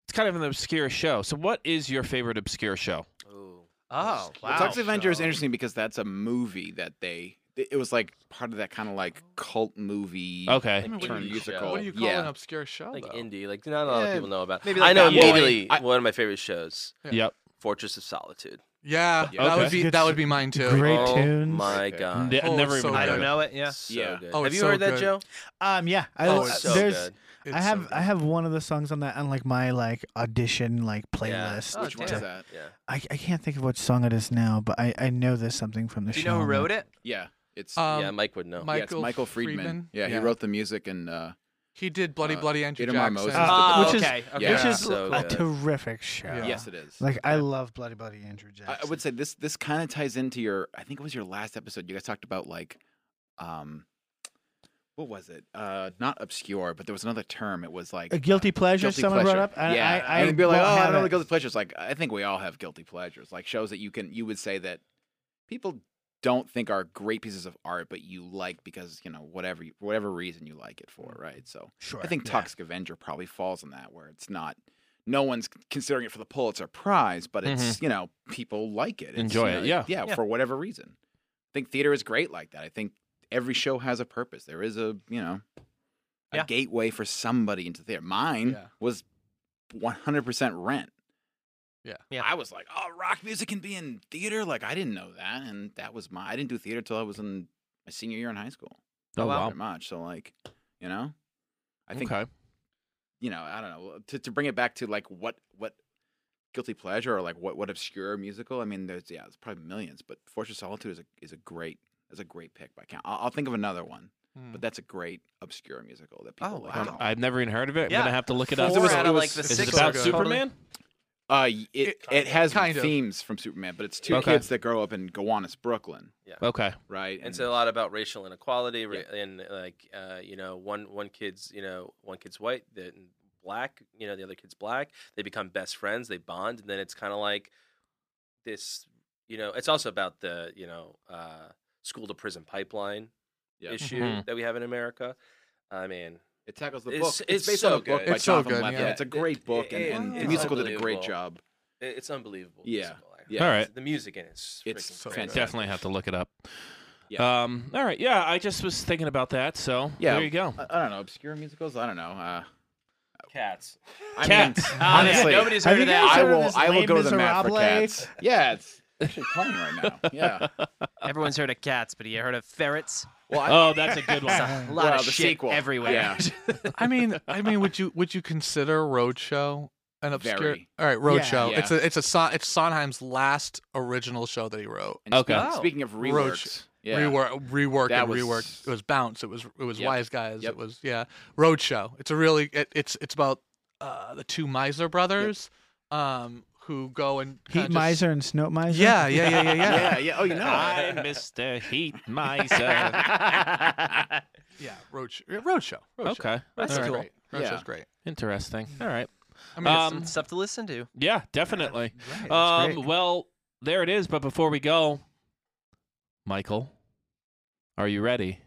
Speaker 4: it's kind of an obscure show. So what is your favorite obscure show?
Speaker 2: Ooh.
Speaker 1: Oh,
Speaker 6: Well,
Speaker 1: wow.
Speaker 6: Toxic Avenger is
Speaker 2: So-
Speaker 6: interesting because that's a movie that they. It was like part of that kind of like cult movie.
Speaker 4: Okay.
Speaker 2: Like
Speaker 3: What do
Speaker 6: Turn
Speaker 3: you-
Speaker 6: musical.
Speaker 3: What do you call
Speaker 2: yeah.
Speaker 3: an obscure show?
Speaker 2: like
Speaker 3: though?
Speaker 2: indie. Like not a lot
Speaker 6: Yeah,
Speaker 2: of people know about.
Speaker 1: maybe
Speaker 2: Maybe
Speaker 1: like
Speaker 2: I know
Speaker 1: Bad Boy.
Speaker 2: immediately
Speaker 6: I-
Speaker 2: one of my favorite shows,
Speaker 4: Yep.
Speaker 2: Fortress of Solitude.
Speaker 3: Yeah,
Speaker 6: Yeah.
Speaker 3: that would
Speaker 4: Okay.
Speaker 3: be that would be mine too.
Speaker 5: Great
Speaker 2: oh
Speaker 5: tunes.
Speaker 2: my
Speaker 6: Okay.
Speaker 2: god.
Speaker 4: Ne-
Speaker 3: Oh,
Speaker 4: never
Speaker 3: it's so
Speaker 4: even
Speaker 1: I
Speaker 4: heard
Speaker 3: good.
Speaker 4: of
Speaker 1: don't
Speaker 4: it.
Speaker 1: know it. Yeah.
Speaker 2: So
Speaker 6: Yeah.
Speaker 2: good.
Speaker 3: Oh,
Speaker 2: have
Speaker 3: it's
Speaker 2: you
Speaker 3: so
Speaker 2: heard that,
Speaker 3: good.
Speaker 2: Joe?
Speaker 5: Um, yeah. I,
Speaker 2: Oh,
Speaker 5: uh,
Speaker 2: it's so
Speaker 5: there's,
Speaker 2: good.
Speaker 3: It's
Speaker 5: I
Speaker 3: so
Speaker 5: have
Speaker 3: good.
Speaker 5: I have one of the songs on that on like my like audition like playlist.
Speaker 1: Oh,
Speaker 6: Which one is
Speaker 1: damn.
Speaker 6: that?
Speaker 2: Yeah.
Speaker 5: I, I can't think of what song it is now, but I, I know there's something from the
Speaker 1: Do
Speaker 5: show.
Speaker 1: you know who wrote it?
Speaker 6: Yeah, it's
Speaker 3: Um,
Speaker 2: yeah, Mike would know.
Speaker 3: Mike-
Speaker 6: yeah, it's
Speaker 3: Michael
Speaker 6: Michael Friedman.
Speaker 3: Friedman?
Speaker 6: Yeah, he
Speaker 3: Yeah.
Speaker 6: wrote the music and uh,
Speaker 3: He did Bloody
Speaker 6: uh,
Speaker 3: Bloody Andrew
Speaker 6: Peter
Speaker 3: Jackson.
Speaker 6: Marmos is the-
Speaker 5: Uh,
Speaker 1: Oh,
Speaker 5: which is-
Speaker 1: okay. okay.
Speaker 6: Yeah.
Speaker 5: Which is
Speaker 2: so
Speaker 5: a
Speaker 2: good.
Speaker 5: terrific show.
Speaker 3: Yeah.
Speaker 6: yes, it is.
Speaker 5: Like I love Bloody Bloody Andrew Jackson.
Speaker 6: I, I would say this this kind of ties into your I think it was your last episode you guys talked about like um what was it? Uh not obscure, but there was another term. It was like
Speaker 5: a guilty pleasure
Speaker 6: guilty
Speaker 5: someone
Speaker 6: pleasure.
Speaker 5: brought up. And
Speaker 6: yeah.
Speaker 5: I, I
Speaker 6: and they'd be like,
Speaker 5: won't
Speaker 6: "Oh, I
Speaker 5: have
Speaker 6: don't know
Speaker 5: it.
Speaker 6: the guilty pleasures." Like I think we all have guilty pleasures. Like shows that you can you would say that people don't think are great pieces of art, but you like because, you know, whatever you- whatever reason you like it for,
Speaker 5: Mm.
Speaker 6: right? So
Speaker 5: Sure.
Speaker 6: I think
Speaker 5: yeah.
Speaker 6: Toxic Avenger probably falls in that where it's not no one's considering it for the Pulitzer Prize, but it's you know people like it, It's,
Speaker 4: Enjoy
Speaker 6: you know,
Speaker 4: it, yeah.
Speaker 6: yeah,
Speaker 1: Yeah.
Speaker 6: for whatever reason. I think theater is great like that. I think every show has a purpose. There is a you know a
Speaker 1: Yeah.
Speaker 6: gateway for somebody into theater. Mine
Speaker 3: Yeah.
Speaker 6: was one hundred percent rent.
Speaker 3: Yeah.
Speaker 1: Yeah.
Speaker 6: I was like, oh, rock music can be in theater. Like I didn't know that, and that was my. I didn't do theater till I was in my senior year in high school.
Speaker 4: Oh, wow.
Speaker 6: Very much. So like, you know, I think
Speaker 4: okay.
Speaker 6: you know, I don't know, to, to bring it back to like what what guilty pleasure or like what what obscure musical. I mean, there's yeah, there's probably millions, but Fortress of Solitude is a is a great is a great pick by count. I'll, I'll think of another one,
Speaker 3: Mm.
Speaker 6: but that's a great obscure musical that people
Speaker 1: Oh,
Speaker 6: like.
Speaker 1: wow.
Speaker 6: don't-
Speaker 4: I've never even heard of it. I'm
Speaker 1: Yeah.
Speaker 4: gonna have to look it
Speaker 1: Four
Speaker 4: up.
Speaker 6: It was-
Speaker 1: out
Speaker 6: it
Speaker 1: of like
Speaker 6: was-
Speaker 1: the
Speaker 4: Is
Speaker 1: six.
Speaker 4: it about
Speaker 1: or so.
Speaker 4: Superman?
Speaker 6: Uh, y- it it,
Speaker 3: It-
Speaker 6: has
Speaker 3: kind of.
Speaker 6: themes from Superman, but it's two
Speaker 4: Okay.
Speaker 6: kids that grow up in Gowanus, Brooklyn,
Speaker 4: Okay.
Speaker 6: right?
Speaker 2: And it's a lot about racial inequality, ra-
Speaker 6: Yeah.
Speaker 2: and like uh, you know, one one kid's you know one kid's white, the black, you know, the other kid's black. They become best friends, they bond, and then it's kind of like this, you know. It's also about the you know uh, school to prison pipeline
Speaker 6: Yeah.
Speaker 2: issue
Speaker 4: Mhm.
Speaker 2: that we have in America. I mean,
Speaker 6: it tackles the
Speaker 2: it's-
Speaker 6: book.
Speaker 2: it's
Speaker 6: based
Speaker 2: so
Speaker 6: on a book
Speaker 2: good.
Speaker 6: by
Speaker 3: It's so
Speaker 6: Jonathan
Speaker 3: good,
Speaker 6: Levin.
Speaker 3: yeah.
Speaker 6: It's a
Speaker 2: It-
Speaker 6: great book,
Speaker 2: it-
Speaker 6: and,
Speaker 2: it-
Speaker 6: and the
Speaker 2: it's
Speaker 6: musical did a great
Speaker 2: unbelievable.
Speaker 6: job.
Speaker 2: i- it's unbelievable.
Speaker 6: Yeah.
Speaker 2: musical, actually.
Speaker 6: Yeah.
Speaker 4: All right.
Speaker 2: The music in it's
Speaker 6: It's
Speaker 2: freaking
Speaker 6: so
Speaker 2: fantastic.
Speaker 6: good.
Speaker 4: Definitely have to look it up.
Speaker 6: Yeah.
Speaker 4: Um. All right. Yeah. I just was thinking about that. So
Speaker 6: Yeah.
Speaker 4: there you go.
Speaker 6: I, I don't know obscure musicals. I don't know. Uh,
Speaker 2: Cats.
Speaker 6: I mean,
Speaker 4: Cats.
Speaker 1: Ah, yeah,
Speaker 6: honestly,
Speaker 1: nobody's
Speaker 5: Have
Speaker 1: heard
Speaker 5: you
Speaker 1: of that.
Speaker 5: guys
Speaker 6: I
Speaker 5: heard of
Speaker 6: will.
Speaker 5: this
Speaker 6: I will
Speaker 5: Les
Speaker 6: go to the map for
Speaker 5: Miserables?
Speaker 6: cats. Yeah, it's actually playing right
Speaker 4: (laughs)
Speaker 6: now. Yeah.
Speaker 1: Everyone's heard of cats, but you heard of ferrets.
Speaker 6: Well, I,
Speaker 4: Oh, that's
Speaker 1: (laughs)
Speaker 4: a good
Speaker 1: It's
Speaker 4: one.
Speaker 1: a lot
Speaker 6: Well,
Speaker 1: of
Speaker 6: the
Speaker 1: shit
Speaker 6: sequel.
Speaker 1: everywhere. (laughs)
Speaker 6: Yeah.
Speaker 3: I mean, I mean, would you would you consider Roadshow an obscure?
Speaker 6: Very.
Speaker 3: All right, Roadshow.
Speaker 6: Yeah.
Speaker 3: It's a it's a Son- it's Sondheim's last original show that he wrote.
Speaker 4: Oh,
Speaker 6: and (laughs) speak-
Speaker 1: Okay.
Speaker 6: Speaking of reworks, yeah,
Speaker 3: Rework, rework,
Speaker 6: That
Speaker 3: and
Speaker 6: was-
Speaker 3: rework. It was Bounce. It was it was
Speaker 6: Yep.
Speaker 3: Wise Guys.
Speaker 6: Yep.
Speaker 3: It was yeah, Roadshow. It's a really it, it's it's about uh, the two Miser brothers, um, who go and kinda
Speaker 5: Heat
Speaker 3: just-
Speaker 5: Miser and Snow Miser.
Speaker 3: Yeah, yeah, yeah, yeah, yeah.
Speaker 6: (laughs) yeah, yeah. Oh, you know.
Speaker 4: I'm Mr. Heat Miser.
Speaker 3: Yeah, Roach Roadshow. Roadshow.
Speaker 4: okay.
Speaker 3: That's
Speaker 4: All right.
Speaker 3: cool. Roadshow's
Speaker 6: Yeah.
Speaker 3: great.
Speaker 4: Interesting. All right.
Speaker 3: I mean,
Speaker 4: Um,
Speaker 1: Some stuff to listen to.
Speaker 4: Yeah. Definitely.
Speaker 5: Right,
Speaker 6: Uh,
Speaker 5: that's
Speaker 4: Um,
Speaker 5: great.
Speaker 4: well, there it is. But before we go, Michael, are you ready?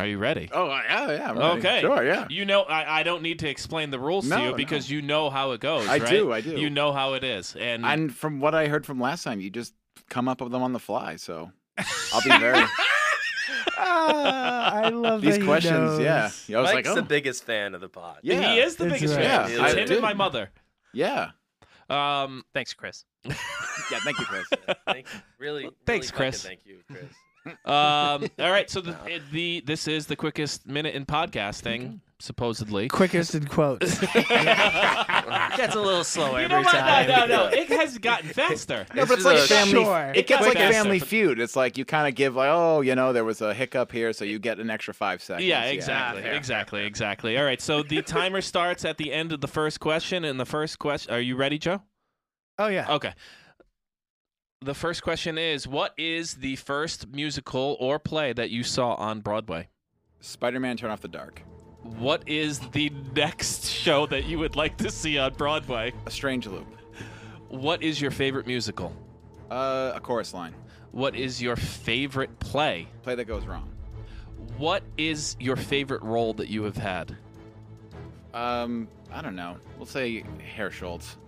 Speaker 4: Are you ready?
Speaker 6: Oh, yeah, yeah. I'm ready.
Speaker 4: Okay.
Speaker 6: Sure, yeah.
Speaker 4: You know, I, I don't need to explain the rules to
Speaker 6: No,
Speaker 4: you
Speaker 6: no.
Speaker 4: because you know how it goes.
Speaker 6: I
Speaker 4: right?
Speaker 6: do. I do.
Speaker 4: You know how it is, and
Speaker 6: And from what I heard from last time, you just come up with them on the fly. So I'll
Speaker 4: (laughs)
Speaker 6: be very
Speaker 5: Ah, I love that
Speaker 6: these
Speaker 5: he
Speaker 6: questions. Yeah.
Speaker 5: knows.
Speaker 6: Yeah, I was
Speaker 2: Mike's
Speaker 6: like,
Speaker 2: the
Speaker 6: oh,
Speaker 2: biggest fan of the pod.
Speaker 6: yeah.
Speaker 4: he is the
Speaker 5: That's
Speaker 4: biggest
Speaker 5: right.
Speaker 4: fan.
Speaker 6: Yeah,
Speaker 4: it's
Speaker 6: I
Speaker 4: him
Speaker 6: do.
Speaker 4: and my mother.
Speaker 6: Yeah.
Speaker 4: Um,
Speaker 1: Thanks,
Speaker 6: (laughs)
Speaker 1: Chris.
Speaker 6: Yeah. Thank you, Chris.
Speaker 2: (laughs) Thank, really, really fucking
Speaker 4: Thanks, Chris.
Speaker 2: Thank
Speaker 6: (laughs)
Speaker 2: you, Chris.
Speaker 4: um, all right. So the,
Speaker 2: No.
Speaker 4: it- the this is the quickest minute in podcasting,
Speaker 6: (laughs)
Speaker 4: supposedly. (laughs)
Speaker 5: Quickest in quotes.
Speaker 1: Gets a little slow
Speaker 4: You
Speaker 1: every
Speaker 4: know what?
Speaker 1: time. (laughs)
Speaker 4: No, no, no. It has gotten
Speaker 6: (laughs)
Speaker 4: faster.
Speaker 6: No,
Speaker 2: This
Speaker 6: but it's
Speaker 2: is
Speaker 6: like
Speaker 2: a-
Speaker 6: family.
Speaker 5: sure.
Speaker 6: It gets
Speaker 4: It's
Speaker 6: like
Speaker 4: faster.
Speaker 6: Family Feud. It's like you kind of give like, oh, you know, there was a hiccup here, so you get an extra five seconds.
Speaker 4: Yeah, exactly,
Speaker 1: fair,
Speaker 4: exactly, exactly. All right, so the timer starts at the end of the first question, and the first question. Are you ready, Joe?
Speaker 5: Oh yeah.
Speaker 4: Okay. The first question is: What is the first musical or play that you saw on Broadway?
Speaker 6: Spider-Man: Turn Off the Dark.
Speaker 4: What is the next show that you would like to see on Broadway?
Speaker 6: A Strange Loop.
Speaker 4: What is your favorite musical?
Speaker 6: Uh, a chorus line.
Speaker 4: What is your favorite play?
Speaker 6: Play that goes wrong.
Speaker 4: What is your favorite role that you have had?
Speaker 6: Um, I don't know. We'll say Herr Schultz.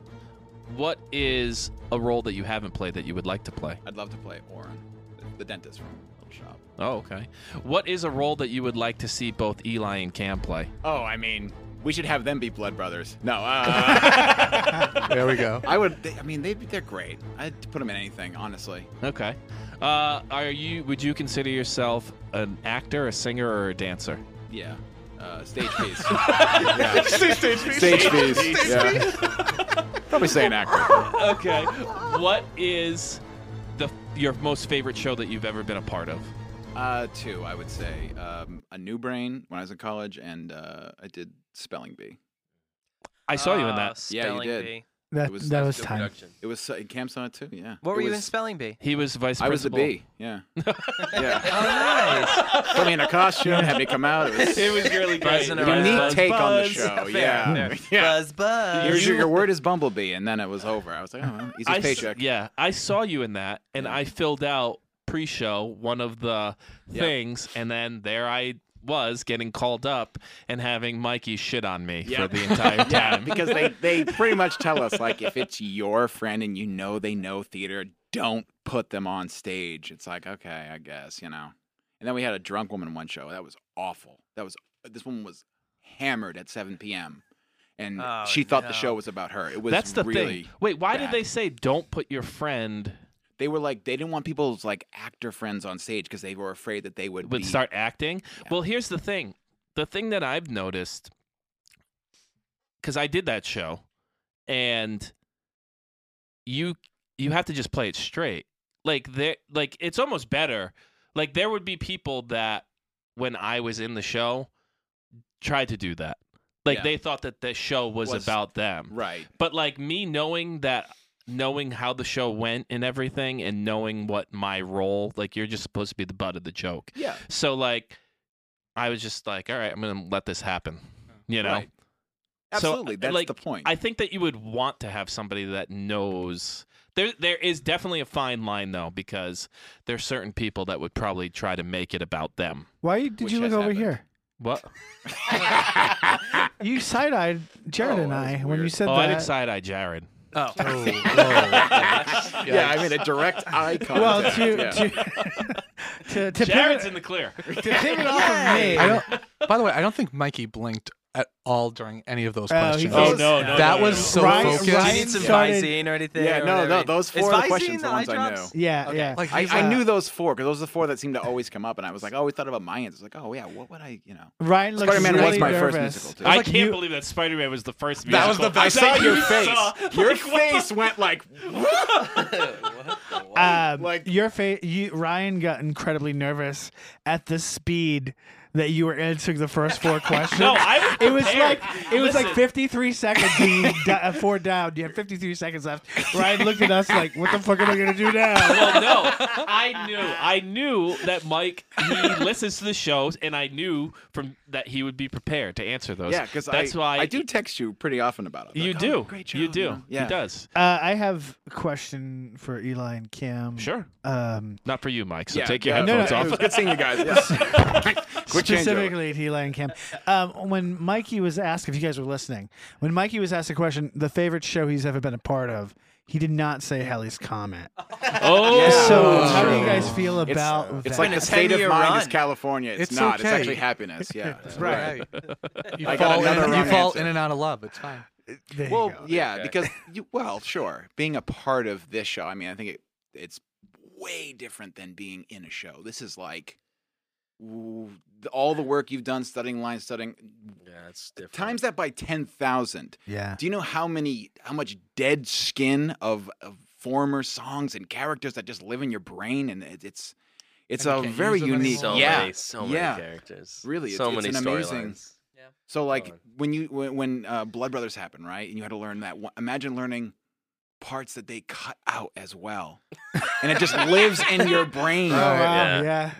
Speaker 4: What is a role that you haven't played that you would like to play?
Speaker 6: I'd love to play Oren, the, the dentist from Little Shop.
Speaker 4: Oh, okay. What is a role that you would like to see both Eli and Cam play?
Speaker 6: Oh, I mean, we should have them be blood brothers. No, uh, (laughs)
Speaker 3: There we go.
Speaker 6: I would. They, I mean, they they're great. I'd put them in anything, honestly.
Speaker 4: Okay. Uh, are you? Would you consider yourself an actor, a singer, or a dancer?
Speaker 6: Yeah. Uh,
Speaker 4: (laughs)
Speaker 6: stage piece. yeah. Stage piece. Stage piece. Yeah. (laughs) Probably say an (laughs) actor.
Speaker 4: Okay. what is the your most favorite show that you've ever been a part of?
Speaker 6: Uh, two, I would say. Um, a new brain when I was in college, and uh, I did spelling bee.
Speaker 4: I saw you in
Speaker 1: Oh,
Speaker 4: that.
Speaker 6: Yeah, you
Speaker 1: Spelling
Speaker 6: did.
Speaker 1: Bee.
Speaker 5: That
Speaker 6: It was-
Speaker 5: that
Speaker 6: that's
Speaker 5: was
Speaker 6: the
Speaker 5: time.
Speaker 6: It was so- Cam saw it too. Yeah.
Speaker 1: What
Speaker 6: It
Speaker 1: were you in
Speaker 6: was-
Speaker 1: spelling
Speaker 6: (laughs)
Speaker 1: bee?
Speaker 4: He was vice
Speaker 6: I was the
Speaker 4: principal.
Speaker 6: bee.
Speaker 4: (laughs)
Speaker 6: Yeah. yeah.
Speaker 1: Oh, nice.
Speaker 6: Put me in a costume, had me come out. It
Speaker 4: (laughs)
Speaker 6: was
Speaker 4: It was really great.
Speaker 1: Buzzing around.
Speaker 6: unique
Speaker 1: Buzz,
Speaker 6: take on the
Speaker 1: buzz.
Speaker 6: show.
Speaker 1: Fair,
Speaker 6: yeah.
Speaker 1: fair.
Speaker 6: (laughs) yeah.
Speaker 1: Buzz, buzz.
Speaker 6: Your, your, your word is bumblebee, and then it was over. I was like, oh, well, easy
Speaker 4: I s-
Speaker 6: paycheck.
Speaker 4: yeah, I saw you in that, and
Speaker 6: Yeah.
Speaker 4: I filled out pre-show one of the
Speaker 6: Yeah.
Speaker 4: things, and then there I was getting called up and having Mikey shit on me
Speaker 6: Yeah.
Speaker 4: for the entire (laughs)
Speaker 6: (laughs) Yeah,
Speaker 4: time.
Speaker 6: because they, they pretty much tell us like if it's your friend and you know they know theater, don't put them on stage. It's like okay, I guess you know. And then we had a drunk woman one show that was awful. That was this woman was hammered at 7 p.m. and
Speaker 1: Oh,
Speaker 6: she thought
Speaker 1: no.
Speaker 6: the show was about her. It was
Speaker 4: That's the
Speaker 6: really
Speaker 4: thing. Wait, why did
Speaker 6: bad.
Speaker 4: they say don't put your friend
Speaker 6: they were like they didn't want people's like actor friends on stage because they were afraid that they would
Speaker 4: would
Speaker 6: be-
Speaker 4: start acting?
Speaker 6: Yeah.
Speaker 4: Well, here's the thing. The thing that I've noticed cuz I did that show and you you have to just play it straight. Like there like it's almost better. Like there would be people that when I was in the show tried to do that. Like
Speaker 6: Yeah.
Speaker 4: they thought that the show was,
Speaker 6: Was-
Speaker 4: about them.
Speaker 6: right.
Speaker 4: But like me knowing that knowing how the show went and everything and knowing what my role like you're just supposed to be the butt of the joke.
Speaker 6: Yeah.
Speaker 4: So like I was just like, all right, I'm going to let this happen. You know.
Speaker 6: Right.
Speaker 4: So, uh,
Speaker 6: Absolutely. That's
Speaker 4: like,
Speaker 6: the point.
Speaker 4: I think that you would want to have somebody that knows there there is definitely a fine line though because there's certain people that would probably try to make it about them.
Speaker 5: Why did
Speaker 6: Which
Speaker 5: you look
Speaker 6: has
Speaker 5: over
Speaker 6: happened.
Speaker 5: here?
Speaker 4: What?
Speaker 5: You side eyed Jared
Speaker 6: Oh,
Speaker 5: and
Speaker 6: that
Speaker 5: I
Speaker 6: was
Speaker 5: when you
Speaker 6: weird.
Speaker 5: said
Speaker 4: oh, I
Speaker 5: that.
Speaker 4: didn't side eye Jared. (laughs)
Speaker 1: Oh,
Speaker 3: Oh, whoa.
Speaker 6: (laughs) (laughs) yeah, I mean a direct eye
Speaker 5: (laughs) well,
Speaker 6: contact.
Speaker 5: to,
Speaker 6: yeah.
Speaker 5: to, to, (laughs) to
Speaker 4: Jared's
Speaker 5: pivot,
Speaker 4: in the clear.
Speaker 5: to pivot off of me.
Speaker 3: I
Speaker 2: (laughs)
Speaker 3: don't, by the way, I don't think Mikey blinked at all during any of those
Speaker 5: Oh, he
Speaker 3: questions.
Speaker 5: Oh, no,
Speaker 1: no,
Speaker 3: that
Speaker 1: no,
Speaker 3: was
Speaker 1: no.
Speaker 3: so
Speaker 5: Ryan-
Speaker 3: focused.
Speaker 1: Do you need
Speaker 5: Ryan
Speaker 1: some
Speaker 5: started-
Speaker 1: Visine or anything?
Speaker 6: Yeah,
Speaker 1: or
Speaker 6: no,
Speaker 1: whatever?
Speaker 6: no, those
Speaker 1: Is
Speaker 6: four are the
Speaker 1: Visine
Speaker 6: questions, the
Speaker 1: eye
Speaker 6: ones I
Speaker 1: drops?
Speaker 6: know.
Speaker 5: yeah, yeah.
Speaker 3: Like
Speaker 6: I,
Speaker 3: he's
Speaker 6: I
Speaker 3: a-
Speaker 6: knew those four because those are the four that seemed to always come up, and I was like, oh, we thought about my answers. Like, oh yeah, what would I, you know?
Speaker 5: Ryan looks
Speaker 6: Spider-Man
Speaker 5: really
Speaker 6: was my
Speaker 5: nervous.
Speaker 6: first musical too.
Speaker 4: I
Speaker 5: like
Speaker 4: can't
Speaker 5: you-
Speaker 4: believe that Spider Man was the first.
Speaker 3: That was
Speaker 4: musical
Speaker 3: the best
Speaker 4: that
Speaker 6: I saw your
Speaker 4: you saw.
Speaker 6: (laughs) face. Your
Speaker 4: Like, what
Speaker 6: face went like,
Speaker 5: Um,
Speaker 6: Like-
Speaker 5: your face, you, Ryan got incredibly nervous at the speed that you were answering the first
Speaker 4: (laughs)
Speaker 5: four questions.
Speaker 4: No, I was
Speaker 5: it was
Speaker 4: prepared.
Speaker 5: like it was like
Speaker 4: Listen.
Speaker 5: 53 seconds. (laughs) You d- uh, four down. You had 53 seconds left. Ryan looked at us like, "What the fuck am I gonna do now?"
Speaker 4: (laughs) well, no,
Speaker 6: (laughs)
Speaker 4: I knew, I knew that Mike he (laughs) listens to the shows, and I knew from that he would be prepared to answer those.
Speaker 6: yeah, because
Speaker 4: that's
Speaker 6: I,
Speaker 4: why
Speaker 6: I do text you pretty often about it.
Speaker 4: You
Speaker 6: Like,
Speaker 4: do,
Speaker 6: "Oh, great job,"
Speaker 4: you do,
Speaker 6: know? Yeah,
Speaker 4: he does.
Speaker 5: Uh, I have a question for Eli and Cam.
Speaker 4: Sure,
Speaker 5: Um,
Speaker 4: not for you, Mike. So
Speaker 6: Yeah,
Speaker 4: take your
Speaker 6: yeah.
Speaker 4: headphones
Speaker 5: No, no,
Speaker 6: It
Speaker 4: off.
Speaker 6: was good (laughs) seeing you guys. Yeah. Quick changeover.
Speaker 5: specifically to Eli and Cam. Um, when Mikey was asked, if you guys were listening, when Mikey was asked a question, the favorite show he's ever been a part of, he did not say Halley's Comet.
Speaker 4: Oh,
Speaker 6: (laughs) Yeah.
Speaker 5: So
Speaker 6: Oh.
Speaker 5: how do you guys feel
Speaker 6: It's,
Speaker 5: about that?
Speaker 6: it's like the
Speaker 1: It's
Speaker 6: state of
Speaker 1: ten-year
Speaker 6: mind is
Speaker 1: run.
Speaker 6: California. It's,
Speaker 3: It's
Speaker 6: not. It's
Speaker 3: okay.
Speaker 6: actually happiness. Yeah.
Speaker 5: Right.
Speaker 3: You
Speaker 6: I got
Speaker 3: fall,
Speaker 6: another
Speaker 3: in, (laughs) you
Speaker 6: wrong
Speaker 3: fall
Speaker 6: answer.
Speaker 3: in and out of love. It's fine.
Speaker 5: There you
Speaker 6: well,
Speaker 5: go.
Speaker 6: yeah,
Speaker 2: Okay.
Speaker 6: because you, well, sure, being a part of this show. I mean, I think it it's way different than being in a show. This is like w- the- all the work you've done studying lines, studying
Speaker 2: Yeah, it's different.
Speaker 6: times that by ten thousand.
Speaker 5: yeah.
Speaker 6: Do you know how many, how much dead skin of, of former songs and characters that just live in your brain, and it, it's it's
Speaker 3: And you
Speaker 6: a
Speaker 3: can't use
Speaker 6: very
Speaker 3: them
Speaker 6: unique,
Speaker 2: so
Speaker 3: anymore.
Speaker 6: yeah.
Speaker 2: many, so many
Speaker 6: yeah.
Speaker 2: characters.
Speaker 6: Really,
Speaker 2: so
Speaker 6: it's-
Speaker 2: many
Speaker 6: it's an amazing-
Speaker 2: storylines.
Speaker 6: So like
Speaker 2: on.
Speaker 6: when you when, when uh, Blood Brothers happened, right? And you had to learn that. one- Imagine learning parts that they cut out as well, and it just lives
Speaker 3: (laughs)
Speaker 6: in your brain.
Speaker 5: Oh, wow,
Speaker 2: Yeah.
Speaker 5: yeah.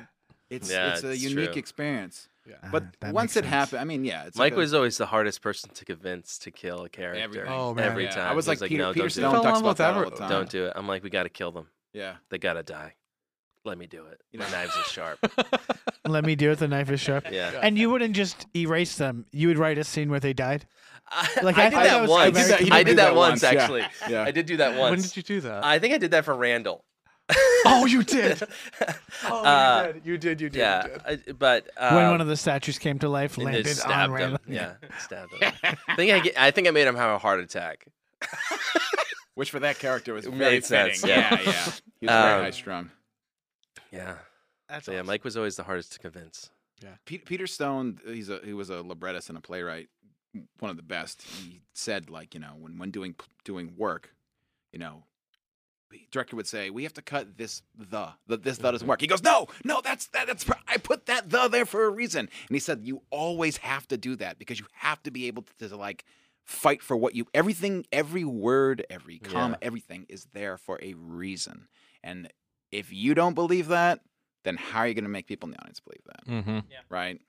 Speaker 6: It's
Speaker 2: Yeah,
Speaker 6: it's a
Speaker 2: it's
Speaker 6: unique
Speaker 2: true.
Speaker 6: experience.
Speaker 5: Ah,
Speaker 6: But
Speaker 5: that
Speaker 6: once it
Speaker 5: makes sense.
Speaker 6: happened, I mean, yeah, it's
Speaker 2: Mike
Speaker 6: like a-
Speaker 2: was always the hardest person to convince to kill a character.
Speaker 6: Everything.
Speaker 3: Oh, man.
Speaker 2: Every
Speaker 6: yeah.
Speaker 2: time.
Speaker 6: I was
Speaker 2: He
Speaker 6: like, Peter,
Speaker 2: no, don't
Speaker 6: Peter
Speaker 2: do it.
Speaker 6: Stone
Speaker 3: Fell
Speaker 6: talks
Speaker 3: in
Speaker 6: about
Speaker 3: love
Speaker 6: that
Speaker 3: with
Speaker 6: all the
Speaker 3: Everett.
Speaker 6: time.
Speaker 2: Don't do it. I'm like, we got to kill them.
Speaker 6: Yeah.
Speaker 2: They got to die. Let me do it.
Speaker 6: You
Speaker 2: The
Speaker 6: know.
Speaker 2: knives are
Speaker 6: (laughs)
Speaker 2: sharp.
Speaker 5: Let me do it. The knife is sharp.
Speaker 2: Yeah.
Speaker 5: And you wouldn't just erase them. You would write a scene where they died.
Speaker 2: I, (laughs)
Speaker 5: Like,
Speaker 2: I
Speaker 5: I
Speaker 2: did
Speaker 5: thought that
Speaker 2: that
Speaker 5: was
Speaker 2: once.
Speaker 5: American- He did
Speaker 2: I
Speaker 5: do
Speaker 2: did that
Speaker 6: that
Speaker 2: once,
Speaker 6: once, yeah.
Speaker 2: actually.
Speaker 6: Yeah.
Speaker 2: I did do that
Speaker 3: When
Speaker 2: once. Uh,
Speaker 3: did you do that?
Speaker 2: I think I did that for Randall.
Speaker 3: oh, you
Speaker 2: (laughs)
Speaker 3: did. Oh,
Speaker 2: Uh,
Speaker 3: you did. You did. You did.
Speaker 2: yeah.
Speaker 3: You did.
Speaker 2: I- but um,
Speaker 5: when one of the statues came to life,
Speaker 2: and they
Speaker 5: landed on
Speaker 2: stabbed him.
Speaker 5: Randall.
Speaker 2: Yeah, stabbed him. I think I, get, I think I made him have a heart attack.
Speaker 6: Which for that
Speaker 2: (laughs)
Speaker 6: character was
Speaker 2: It
Speaker 6: very
Speaker 2: made sense,
Speaker 6: fitting.
Speaker 2: yeah.
Speaker 6: yeah, yeah. He was very
Speaker 2: Um,
Speaker 6: high strung.
Speaker 2: Yeah.
Speaker 5: That's
Speaker 2: So yeah, Mike was always the hardest to convince.
Speaker 6: Pe- Peter Stone, he's a he was a librettist and a playwright, m- one of the best. He said like you know when when doing doing work, you know, the director would say we have to cut this the that this the doesn't work. He goes no no that's that, that's for, I put that the there for a reason. And he said you always have to do that because you have to be able to, to, like fight for what you everything every word every comma everything is there for a reason. And if you don't believe that, then how are you going to make people in the audience believe that?
Speaker 4: Mm-hmm.
Speaker 6: right?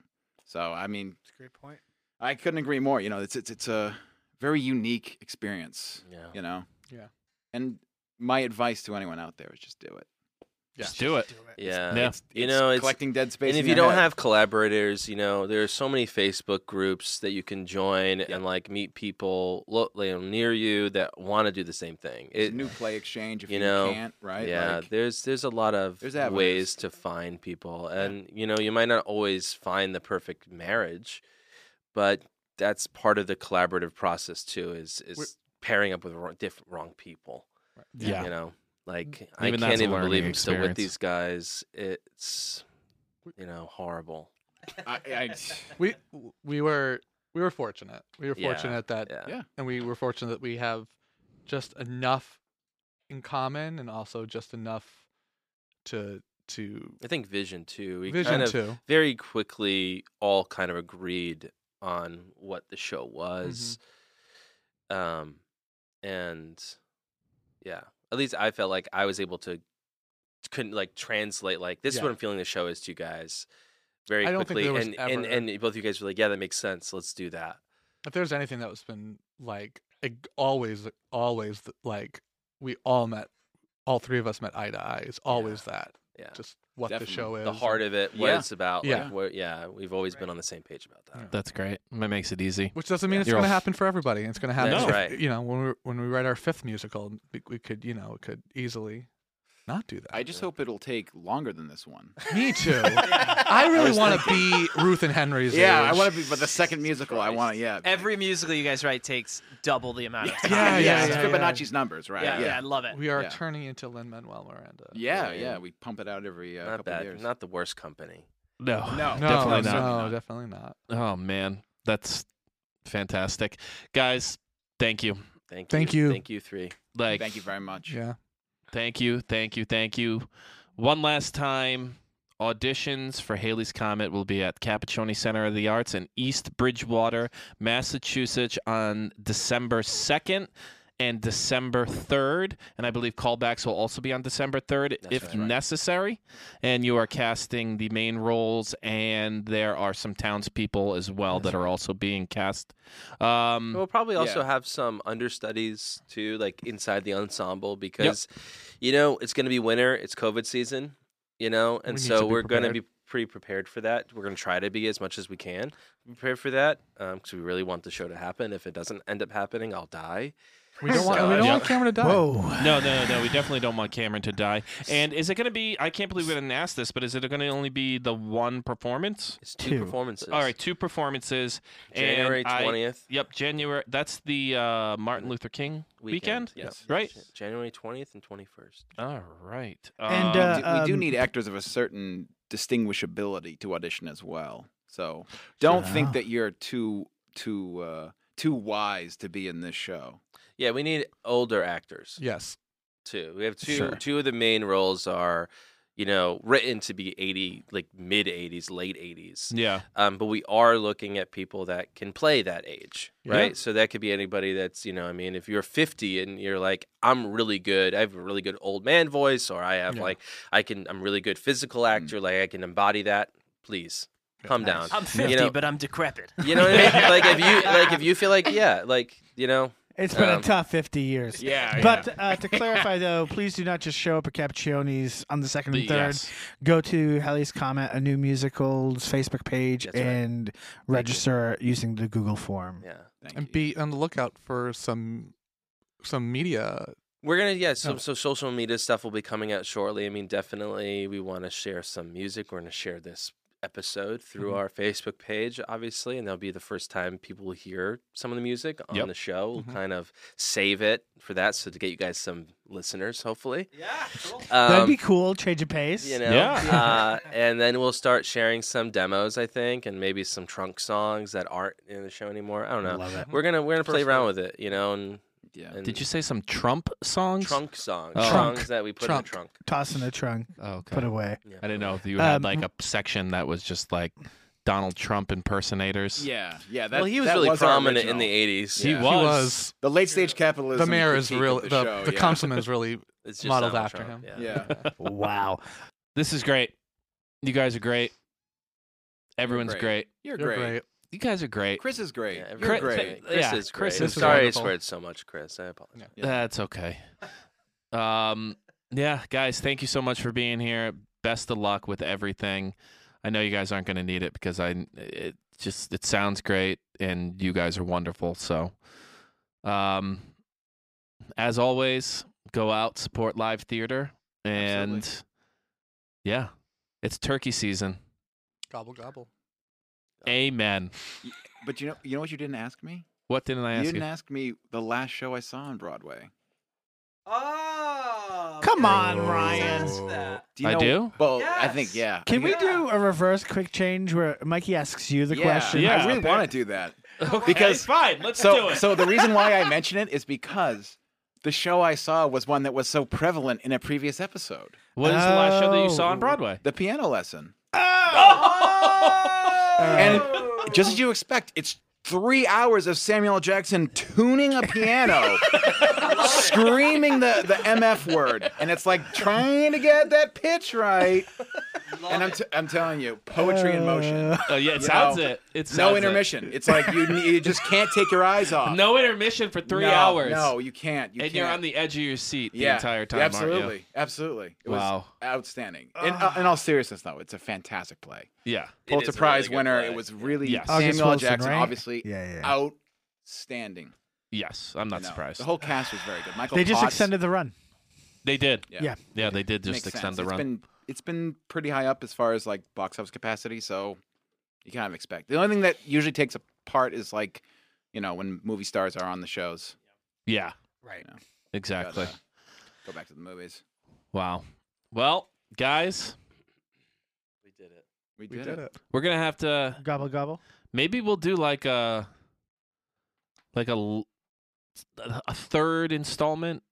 Speaker 6: So I mean,
Speaker 5: That's a great point.
Speaker 6: I couldn't agree more. You know, it's it's it's a very unique experience.
Speaker 2: Yeah.
Speaker 6: You know.
Speaker 3: Yeah.
Speaker 6: And my advice to anyone out there is just do it.
Speaker 4: Just do it.
Speaker 2: Yeah.
Speaker 4: Yeah.
Speaker 6: It's,
Speaker 2: You
Speaker 6: it's
Speaker 2: know, it's-
Speaker 6: collecting dead space.
Speaker 2: and
Speaker 6: in
Speaker 2: if
Speaker 6: your
Speaker 2: you don't
Speaker 6: head.
Speaker 2: have collaborators, you know there are so many Facebook groups that you can join and like meet people lo- you know, near you that want to do the same thing.
Speaker 6: There's
Speaker 2: It-
Speaker 6: new play exchange, if
Speaker 2: you
Speaker 6: you,
Speaker 2: know,
Speaker 6: can't, right?
Speaker 2: yeah,
Speaker 6: Like,
Speaker 2: there's there's a lot of
Speaker 6: There's avenues.
Speaker 2: ways to find people, and you know you might not always find the perfect marriage, but that's part of the collaborative process too. Is is
Speaker 3: We're-
Speaker 2: pairing up with wrong, different wrong people.
Speaker 4: Yeah.
Speaker 2: you know, like
Speaker 4: Even
Speaker 2: I
Speaker 4: that's
Speaker 2: can't
Speaker 4: a
Speaker 2: even believe
Speaker 4: learning
Speaker 2: I'm still with
Speaker 4: experience.
Speaker 2: these guys. It's you know horrible.
Speaker 6: I, I,
Speaker 3: We we were we were fortunate. We were
Speaker 2: Yeah,
Speaker 3: fortunate that
Speaker 2: Yeah.
Speaker 6: Yeah.
Speaker 3: and we were fortunate that we have just enough in common and also just enough to to
Speaker 2: I think Vision too. We
Speaker 3: vision
Speaker 2: kind of
Speaker 3: too.
Speaker 2: very quickly all kind of agreed on what the show
Speaker 3: Mm-hmm.
Speaker 2: was. Um and yeah, at least I felt like I was able to couldn't like translate like this is what
Speaker 3: Yeah.
Speaker 2: I'm feeling the show is to you guys very
Speaker 3: I don't think
Speaker 2: quickly
Speaker 3: there was
Speaker 2: and, and
Speaker 3: ever-
Speaker 2: and both you guys were like yeah that makes sense let's do that
Speaker 3: If there's anything that's been like ig- always always th- like we all met all three of us met eye to eye. It's always that.
Speaker 2: yeah
Speaker 3: Just what
Speaker 6: Definitely.
Speaker 3: the show is.
Speaker 2: the heart of it what
Speaker 6: Yeah.
Speaker 2: it's about
Speaker 3: Yeah.
Speaker 2: like what, yeah we've always been
Speaker 1: Right.
Speaker 2: on the same page about that
Speaker 4: That's great. That makes it easy.
Speaker 3: Which doesn't mean
Speaker 2: Yeah.
Speaker 3: it's
Speaker 4: You're
Speaker 3: going to
Speaker 4: all-
Speaker 3: happen for everybody. It's going to happen.
Speaker 2: That's
Speaker 3: if-
Speaker 2: right.
Speaker 3: You know, when we when we write our fifth musical, we, we could you know it could easily not do
Speaker 6: (laughs)
Speaker 3: that.
Speaker 6: I just hope it'll take longer than this one.
Speaker 3: Me too. I really
Speaker 6: was
Speaker 3: want to be Ruth and Henry's.
Speaker 6: yeah, I
Speaker 3: age.
Speaker 6: want to be, but the second musical, I want to, yeah.
Speaker 1: Every musical you guys write takes double the amount of time.
Speaker 3: Yeah, yeah,
Speaker 6: it's
Speaker 3: yeah,
Speaker 6: Fibonacci's numbers, right?
Speaker 1: yeah, yeah, I
Speaker 6: yeah.
Speaker 1: love it.
Speaker 3: We are
Speaker 6: Yeah.
Speaker 3: turning into Lin Manuel Miranda.
Speaker 6: Yeah,
Speaker 2: Yeah,
Speaker 6: yeah,
Speaker 2: yeah.
Speaker 6: We pump it out every uh,
Speaker 2: not
Speaker 6: couple
Speaker 2: bad
Speaker 6: years.
Speaker 2: not the worst company
Speaker 4: No.
Speaker 6: No,
Speaker 3: No,
Speaker 4: Definitely
Speaker 3: no,
Speaker 4: not.
Speaker 3: definitely not.
Speaker 4: Oh man, that's fantastic, guys. Thank you.
Speaker 2: thank you
Speaker 3: Thank you.
Speaker 2: thank you three
Speaker 4: Like,
Speaker 6: Thank you very much.
Speaker 3: Yeah.
Speaker 4: Thank you, thank you, thank you. One last time, auditions for Haley's Comet will be at Cappucconi Center of the Arts in East Bridgewater, Massachusetts on December 2nd and December 3rd. And I believe callbacks will also be on December 3rd
Speaker 2: That's
Speaker 4: if
Speaker 2: right.
Speaker 4: necessary. And you are casting the main roles, and there are some townspeople as well that are also being cast. Um,
Speaker 2: We'll probably also
Speaker 6: Yeah.
Speaker 2: have some understudies too, like inside the ensemble, because you know it's going to be winter. It's COVID season, you know, and
Speaker 3: We need
Speaker 2: so
Speaker 3: to be
Speaker 2: we're going to
Speaker 3: prepared.
Speaker 2: be pretty prepared for that. We're going to try to be as much as we um, can prepared for that, because we really want the show to happen. If it doesn't end up happening, I'll die.
Speaker 3: We don't want. We
Speaker 2: Solid.
Speaker 3: don't
Speaker 4: Yeah.
Speaker 3: want Cameron to die.
Speaker 5: Whoa.
Speaker 4: No, no, no. We definitely don't want Cameron to die. And is it going to be? I can't believe we didn't ask this, but is it going to only be the one performance?
Speaker 2: It's two,
Speaker 5: Two.
Speaker 2: performances.
Speaker 4: All right, two performances. and
Speaker 2: January
Speaker 4: I-
Speaker 2: twentieth
Speaker 4: Yep, January. That's the uh, Martin Luther King weekend.
Speaker 2: Yes.
Speaker 4: right?
Speaker 2: Jan- January twentieth and twenty first.
Speaker 4: All right.
Speaker 5: And,
Speaker 4: Um,
Speaker 6: We do- we do
Speaker 5: um,
Speaker 6: need actors of a certain distinguishability to audition as well. So don't think
Speaker 5: Yeah.
Speaker 6: that you're too too uh, too wise to be in this show.
Speaker 2: Yeah, we need older actors
Speaker 3: Yes.
Speaker 2: too. We have two.
Speaker 5: Sure.
Speaker 2: Two of the main roles are, you know, written to be eighty, like mid eighties, late eighties.
Speaker 4: yeah.
Speaker 3: Mm.
Speaker 2: Um, but we are looking at people that can play that age,
Speaker 3: Yeah.
Speaker 2: right? So that could be anybody that's, you know, I mean, if you're 50 and you're like, I'm really good, I have a really good old man voice, or I have
Speaker 3: Yeah. Mm.
Speaker 2: like, I can, I'm really good physical actor, like I can embody that. Please, calm down.
Speaker 1: I'm 50,
Speaker 2: You know-
Speaker 1: but I'm decrepit.
Speaker 2: You know what I mean? Like if you like if you feel like yeah, like you know,
Speaker 5: It's been
Speaker 2: Um,
Speaker 5: a tough 50 years.
Speaker 4: Yeah.
Speaker 5: But uh, to clarify, though, please do not just show up at Cappuccini's on the second and third.
Speaker 4: yes.
Speaker 5: Go to Helly's Comment, a new musical's Facebook page,
Speaker 2: That's right.
Speaker 5: and register using the Google form.
Speaker 2: yeah,
Speaker 6: Thank
Speaker 3: And
Speaker 6: you.
Speaker 3: be on the lookout for some, some media.
Speaker 2: we're gonna yeah. So
Speaker 3: Oh.
Speaker 2: so social media stuff will be coming out shortly. I mean, definitely we want to share some music. We're gonna share this episode through
Speaker 3: Mhm.
Speaker 2: our Facebook page, obviously, and that'll be the first time people will hear some of the music on
Speaker 4: Yep.
Speaker 2: the show. We'll
Speaker 3: Mhm.
Speaker 2: kind of save it for that, so to get you guys some listeners, hopefully.
Speaker 1: Yeah, cool.
Speaker 5: That'd
Speaker 2: Um,
Speaker 5: be cool. Change of pace.
Speaker 2: you know
Speaker 4: Yeah.
Speaker 2: uh, and then we'll start sharing some demos i think and maybe some trunk songs that aren't in the show anymore i don't know
Speaker 5: Love it.
Speaker 2: we're gonna we're gonna play
Speaker 3: First
Speaker 2: around
Speaker 3: one.
Speaker 2: with it you know and,
Speaker 6: yeah.
Speaker 2: and
Speaker 4: Did you say some Trump songs?
Speaker 2: trunk songs
Speaker 4: Oh.
Speaker 5: Trunk.
Speaker 2: songs that we put in the trunk
Speaker 5: Toss in the trunk.
Speaker 4: Oh, okay.
Speaker 5: Put away.
Speaker 2: yeah.
Speaker 4: I didn't know if you
Speaker 5: Um,
Speaker 4: had like a section that was just like Donald Trump impersonators.
Speaker 6: Yeah, yeah. That,
Speaker 2: well he was
Speaker 6: that
Speaker 2: really
Speaker 6: our
Speaker 2: prominent in
Speaker 6: original.
Speaker 2: the 80s
Speaker 4: He
Speaker 6: Yeah.
Speaker 4: was.
Speaker 3: He was.
Speaker 6: The late stage capitalism.
Speaker 3: The mayor is
Speaker 6: critique of
Speaker 3: really.
Speaker 6: the,
Speaker 3: The
Speaker 6: show,
Speaker 3: the
Speaker 6: yeah.
Speaker 3: councilman is really
Speaker 2: It's just
Speaker 3: modeled
Speaker 2: Donald
Speaker 3: after
Speaker 2: Trump,
Speaker 3: him.
Speaker 2: yeah.
Speaker 6: (laughs)
Speaker 3: (laughs)
Speaker 6: Yeah.
Speaker 5: Wow.
Speaker 4: This is great. You guys are great. Everyone's
Speaker 6: great.
Speaker 4: great.
Speaker 6: You're,
Speaker 3: You're
Speaker 6: great.
Speaker 3: great.
Speaker 4: You guys are great.
Speaker 6: Chris is great.
Speaker 2: Yeah,
Speaker 6: You're
Speaker 2: everyone's
Speaker 4: Chris-
Speaker 6: great.
Speaker 2: Chris
Speaker 4: Yeah,
Speaker 2: is
Speaker 4: Chris
Speaker 2: great.
Speaker 4: is
Speaker 2: sorry
Speaker 3: wonderful.
Speaker 2: I sweared so much, Chris. I apologize.
Speaker 6: Yeah.
Speaker 4: That's okay. Um, yeah, guys, thank you so much for being here. Best of luck with everything. I know you guys aren't going to need it because I it just it sounds great and you guys are wonderful. So, um, as always, go out support live theater and
Speaker 6: Absolutely.
Speaker 4: yeah, it's turkey season.
Speaker 3: Gobble gobble.
Speaker 6: Oh.
Speaker 4: Amen.
Speaker 6: But you know, you know what you didn't ask me?
Speaker 4: What didn't I
Speaker 6: you
Speaker 4: ask you?
Speaker 6: didn't ask me the last show I saw on Broadway.
Speaker 1: Oh,
Speaker 5: Come on,
Speaker 1: I
Speaker 5: Ryan.
Speaker 1: sense that.
Speaker 6: Do you
Speaker 4: I
Speaker 6: know,
Speaker 4: do?
Speaker 6: Well, I think
Speaker 1: Yes.
Speaker 6: yeah.
Speaker 5: Can we
Speaker 1: Yeah.
Speaker 5: do a reverse quick change where Mikey asks you the
Speaker 6: yeah,
Speaker 5: question?
Speaker 4: Yeah.
Speaker 6: I really want to do that.
Speaker 4: (laughs) Okay,
Speaker 6: Because-
Speaker 4: fine, let's
Speaker 6: So, so the reason why
Speaker 4: (laughs)
Speaker 6: I mention it is because the show I saw was one that was so prevalent in a previous episode.
Speaker 4: what is the last show that you saw on
Speaker 5: Oh.
Speaker 4: Broadway?
Speaker 6: The piano lesson.
Speaker 5: And
Speaker 4: Oh.
Speaker 6: Just as you expect, it's three hours of Samuel L. Jackson tuning
Speaker 4: (laughs)
Speaker 6: a piano, screaming the, the MF word, and it's like trying to get that pitch right. And I'm, t- I'm telling you, poetry in
Speaker 5: Uh,
Speaker 6: motion.
Speaker 4: Oh yeah, it
Speaker 6: You
Speaker 4: sounds
Speaker 6: know,
Speaker 4: it. It sounds
Speaker 6: No
Speaker 4: it.
Speaker 6: intermission. It's like you, ne- you just can't take
Speaker 4: (laughs)
Speaker 6: your eyes off.
Speaker 4: No intermission for three
Speaker 6: No,
Speaker 4: hours.
Speaker 6: No, you can't.
Speaker 4: and
Speaker 6: You can't.
Speaker 4: you're on the edge of your seat the
Speaker 6: yeah,
Speaker 4: entire time. Uh, aren't you?
Speaker 6: Absolutely, absolutely. It was
Speaker 4: Wow.
Speaker 6: outstanding. In, in all seriousness, though, it's a fantastic play.
Speaker 4: Yeah.
Speaker 2: It is
Speaker 6: Pulitzer
Speaker 2: a really
Speaker 6: Prize
Speaker 2: good
Speaker 6: winner.
Speaker 2: play.
Speaker 6: It was really
Speaker 4: Yes.
Speaker 5: August
Speaker 6: Samuel L.
Speaker 5: Wilson,
Speaker 6: Jackson,
Speaker 5: right?
Speaker 6: obviously
Speaker 5: yeah, yeah.
Speaker 6: outstanding.
Speaker 4: Yes. I'm not
Speaker 6: No,
Speaker 4: surprised.
Speaker 6: The whole cast was very good. Michael.
Speaker 5: They just
Speaker 6: Potts,
Speaker 5: extended the run.
Speaker 4: they did.
Speaker 6: Yeah.
Speaker 5: Yeah.
Speaker 4: Yeah, they did just
Speaker 6: makes
Speaker 4: extend
Speaker 6: sense.
Speaker 4: the
Speaker 6: It's
Speaker 4: run.
Speaker 6: been it's been pretty high up as far as like box office capacity, so you kind of expect. The only thing that usually takes a part is like, you know, when movie stars are on the shows.
Speaker 4: yeah.
Speaker 5: Right.
Speaker 6: Yeah.
Speaker 4: Exactly.
Speaker 6: Gotta Go back to the movies.
Speaker 4: Wow. Well, guys,
Speaker 2: We did it.
Speaker 6: We
Speaker 3: We did it.
Speaker 4: we're gonna have to.
Speaker 5: Gobble gobble.
Speaker 4: Maybe we'll do like a, like a, l- a third installment.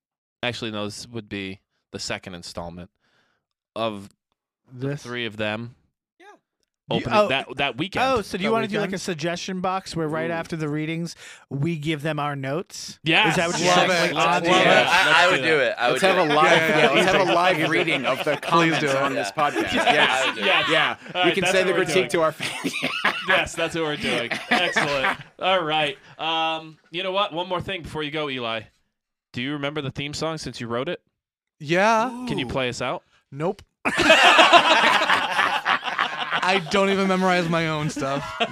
Speaker 4: Actually, no. This would be the second installment of
Speaker 5: This.
Speaker 4: three of them.
Speaker 1: Yeah.
Speaker 5: You-
Speaker 4: Opening
Speaker 5: oh.
Speaker 4: that that weekend.
Speaker 5: Oh, so do you
Speaker 3: That
Speaker 5: want to do like
Speaker 3: weekend?
Speaker 5: a suggestion box where right
Speaker 2: Ooh.
Speaker 5: after the readings we give them our notes?
Speaker 4: Yeah.
Speaker 5: Is that what you're
Speaker 2: Yes.
Speaker 5: saying?
Speaker 3: Love it.
Speaker 5: Like, on
Speaker 4: Let's
Speaker 5: the
Speaker 4: do
Speaker 5: air?
Speaker 4: that.
Speaker 2: I, I
Speaker 4: Let's
Speaker 2: would
Speaker 4: do
Speaker 2: do it. I would
Speaker 6: Let's have
Speaker 2: do
Speaker 6: a
Speaker 2: it.
Speaker 6: live,
Speaker 3: Yeah, yeah,
Speaker 6: yeah, let's
Speaker 3: yeah.
Speaker 6: have a live reading of the comments
Speaker 3: do it.
Speaker 6: on this podcast.
Speaker 2: Yes.
Speaker 6: (laughs) Yes,
Speaker 2: Yes.
Speaker 6: yeah.
Speaker 4: All
Speaker 6: you
Speaker 4: right,
Speaker 6: can
Speaker 4: that's
Speaker 6: send the
Speaker 4: what we're doing.
Speaker 6: critique to our (laughs) fans.
Speaker 4: (laughs) yes, that's what we're doing. Excellent. All right. Um, you know what? One more thing before you go, Eli. Do you remember the theme song since you wrote it?
Speaker 3: Yeah.
Speaker 4: Can you play us out?
Speaker 3: Nope. I don't even memorize my own
Speaker 6: (laughs)
Speaker 3: stuff.
Speaker 5: Ba-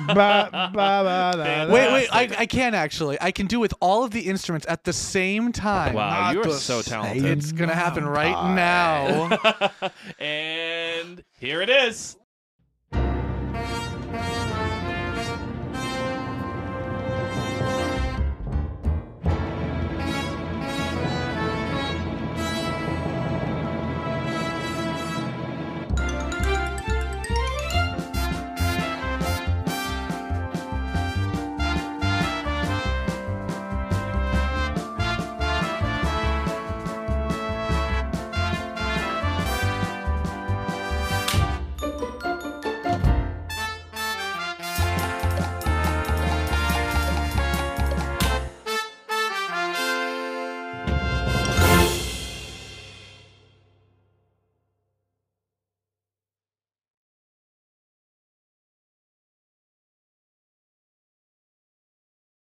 Speaker 5: ba- ba- da- da.
Speaker 3: Wait, wait, I, I can actually. I can do with all of the instruments at the same time.
Speaker 4: Wow, you
Speaker 5: not
Speaker 4: are
Speaker 5: the
Speaker 4: so
Speaker 5: same.
Speaker 4: talented. (laughs)
Speaker 6: (laughs)
Speaker 3: It's gonna happen right
Speaker 5: Mountain
Speaker 3: now.
Speaker 4: and here it is.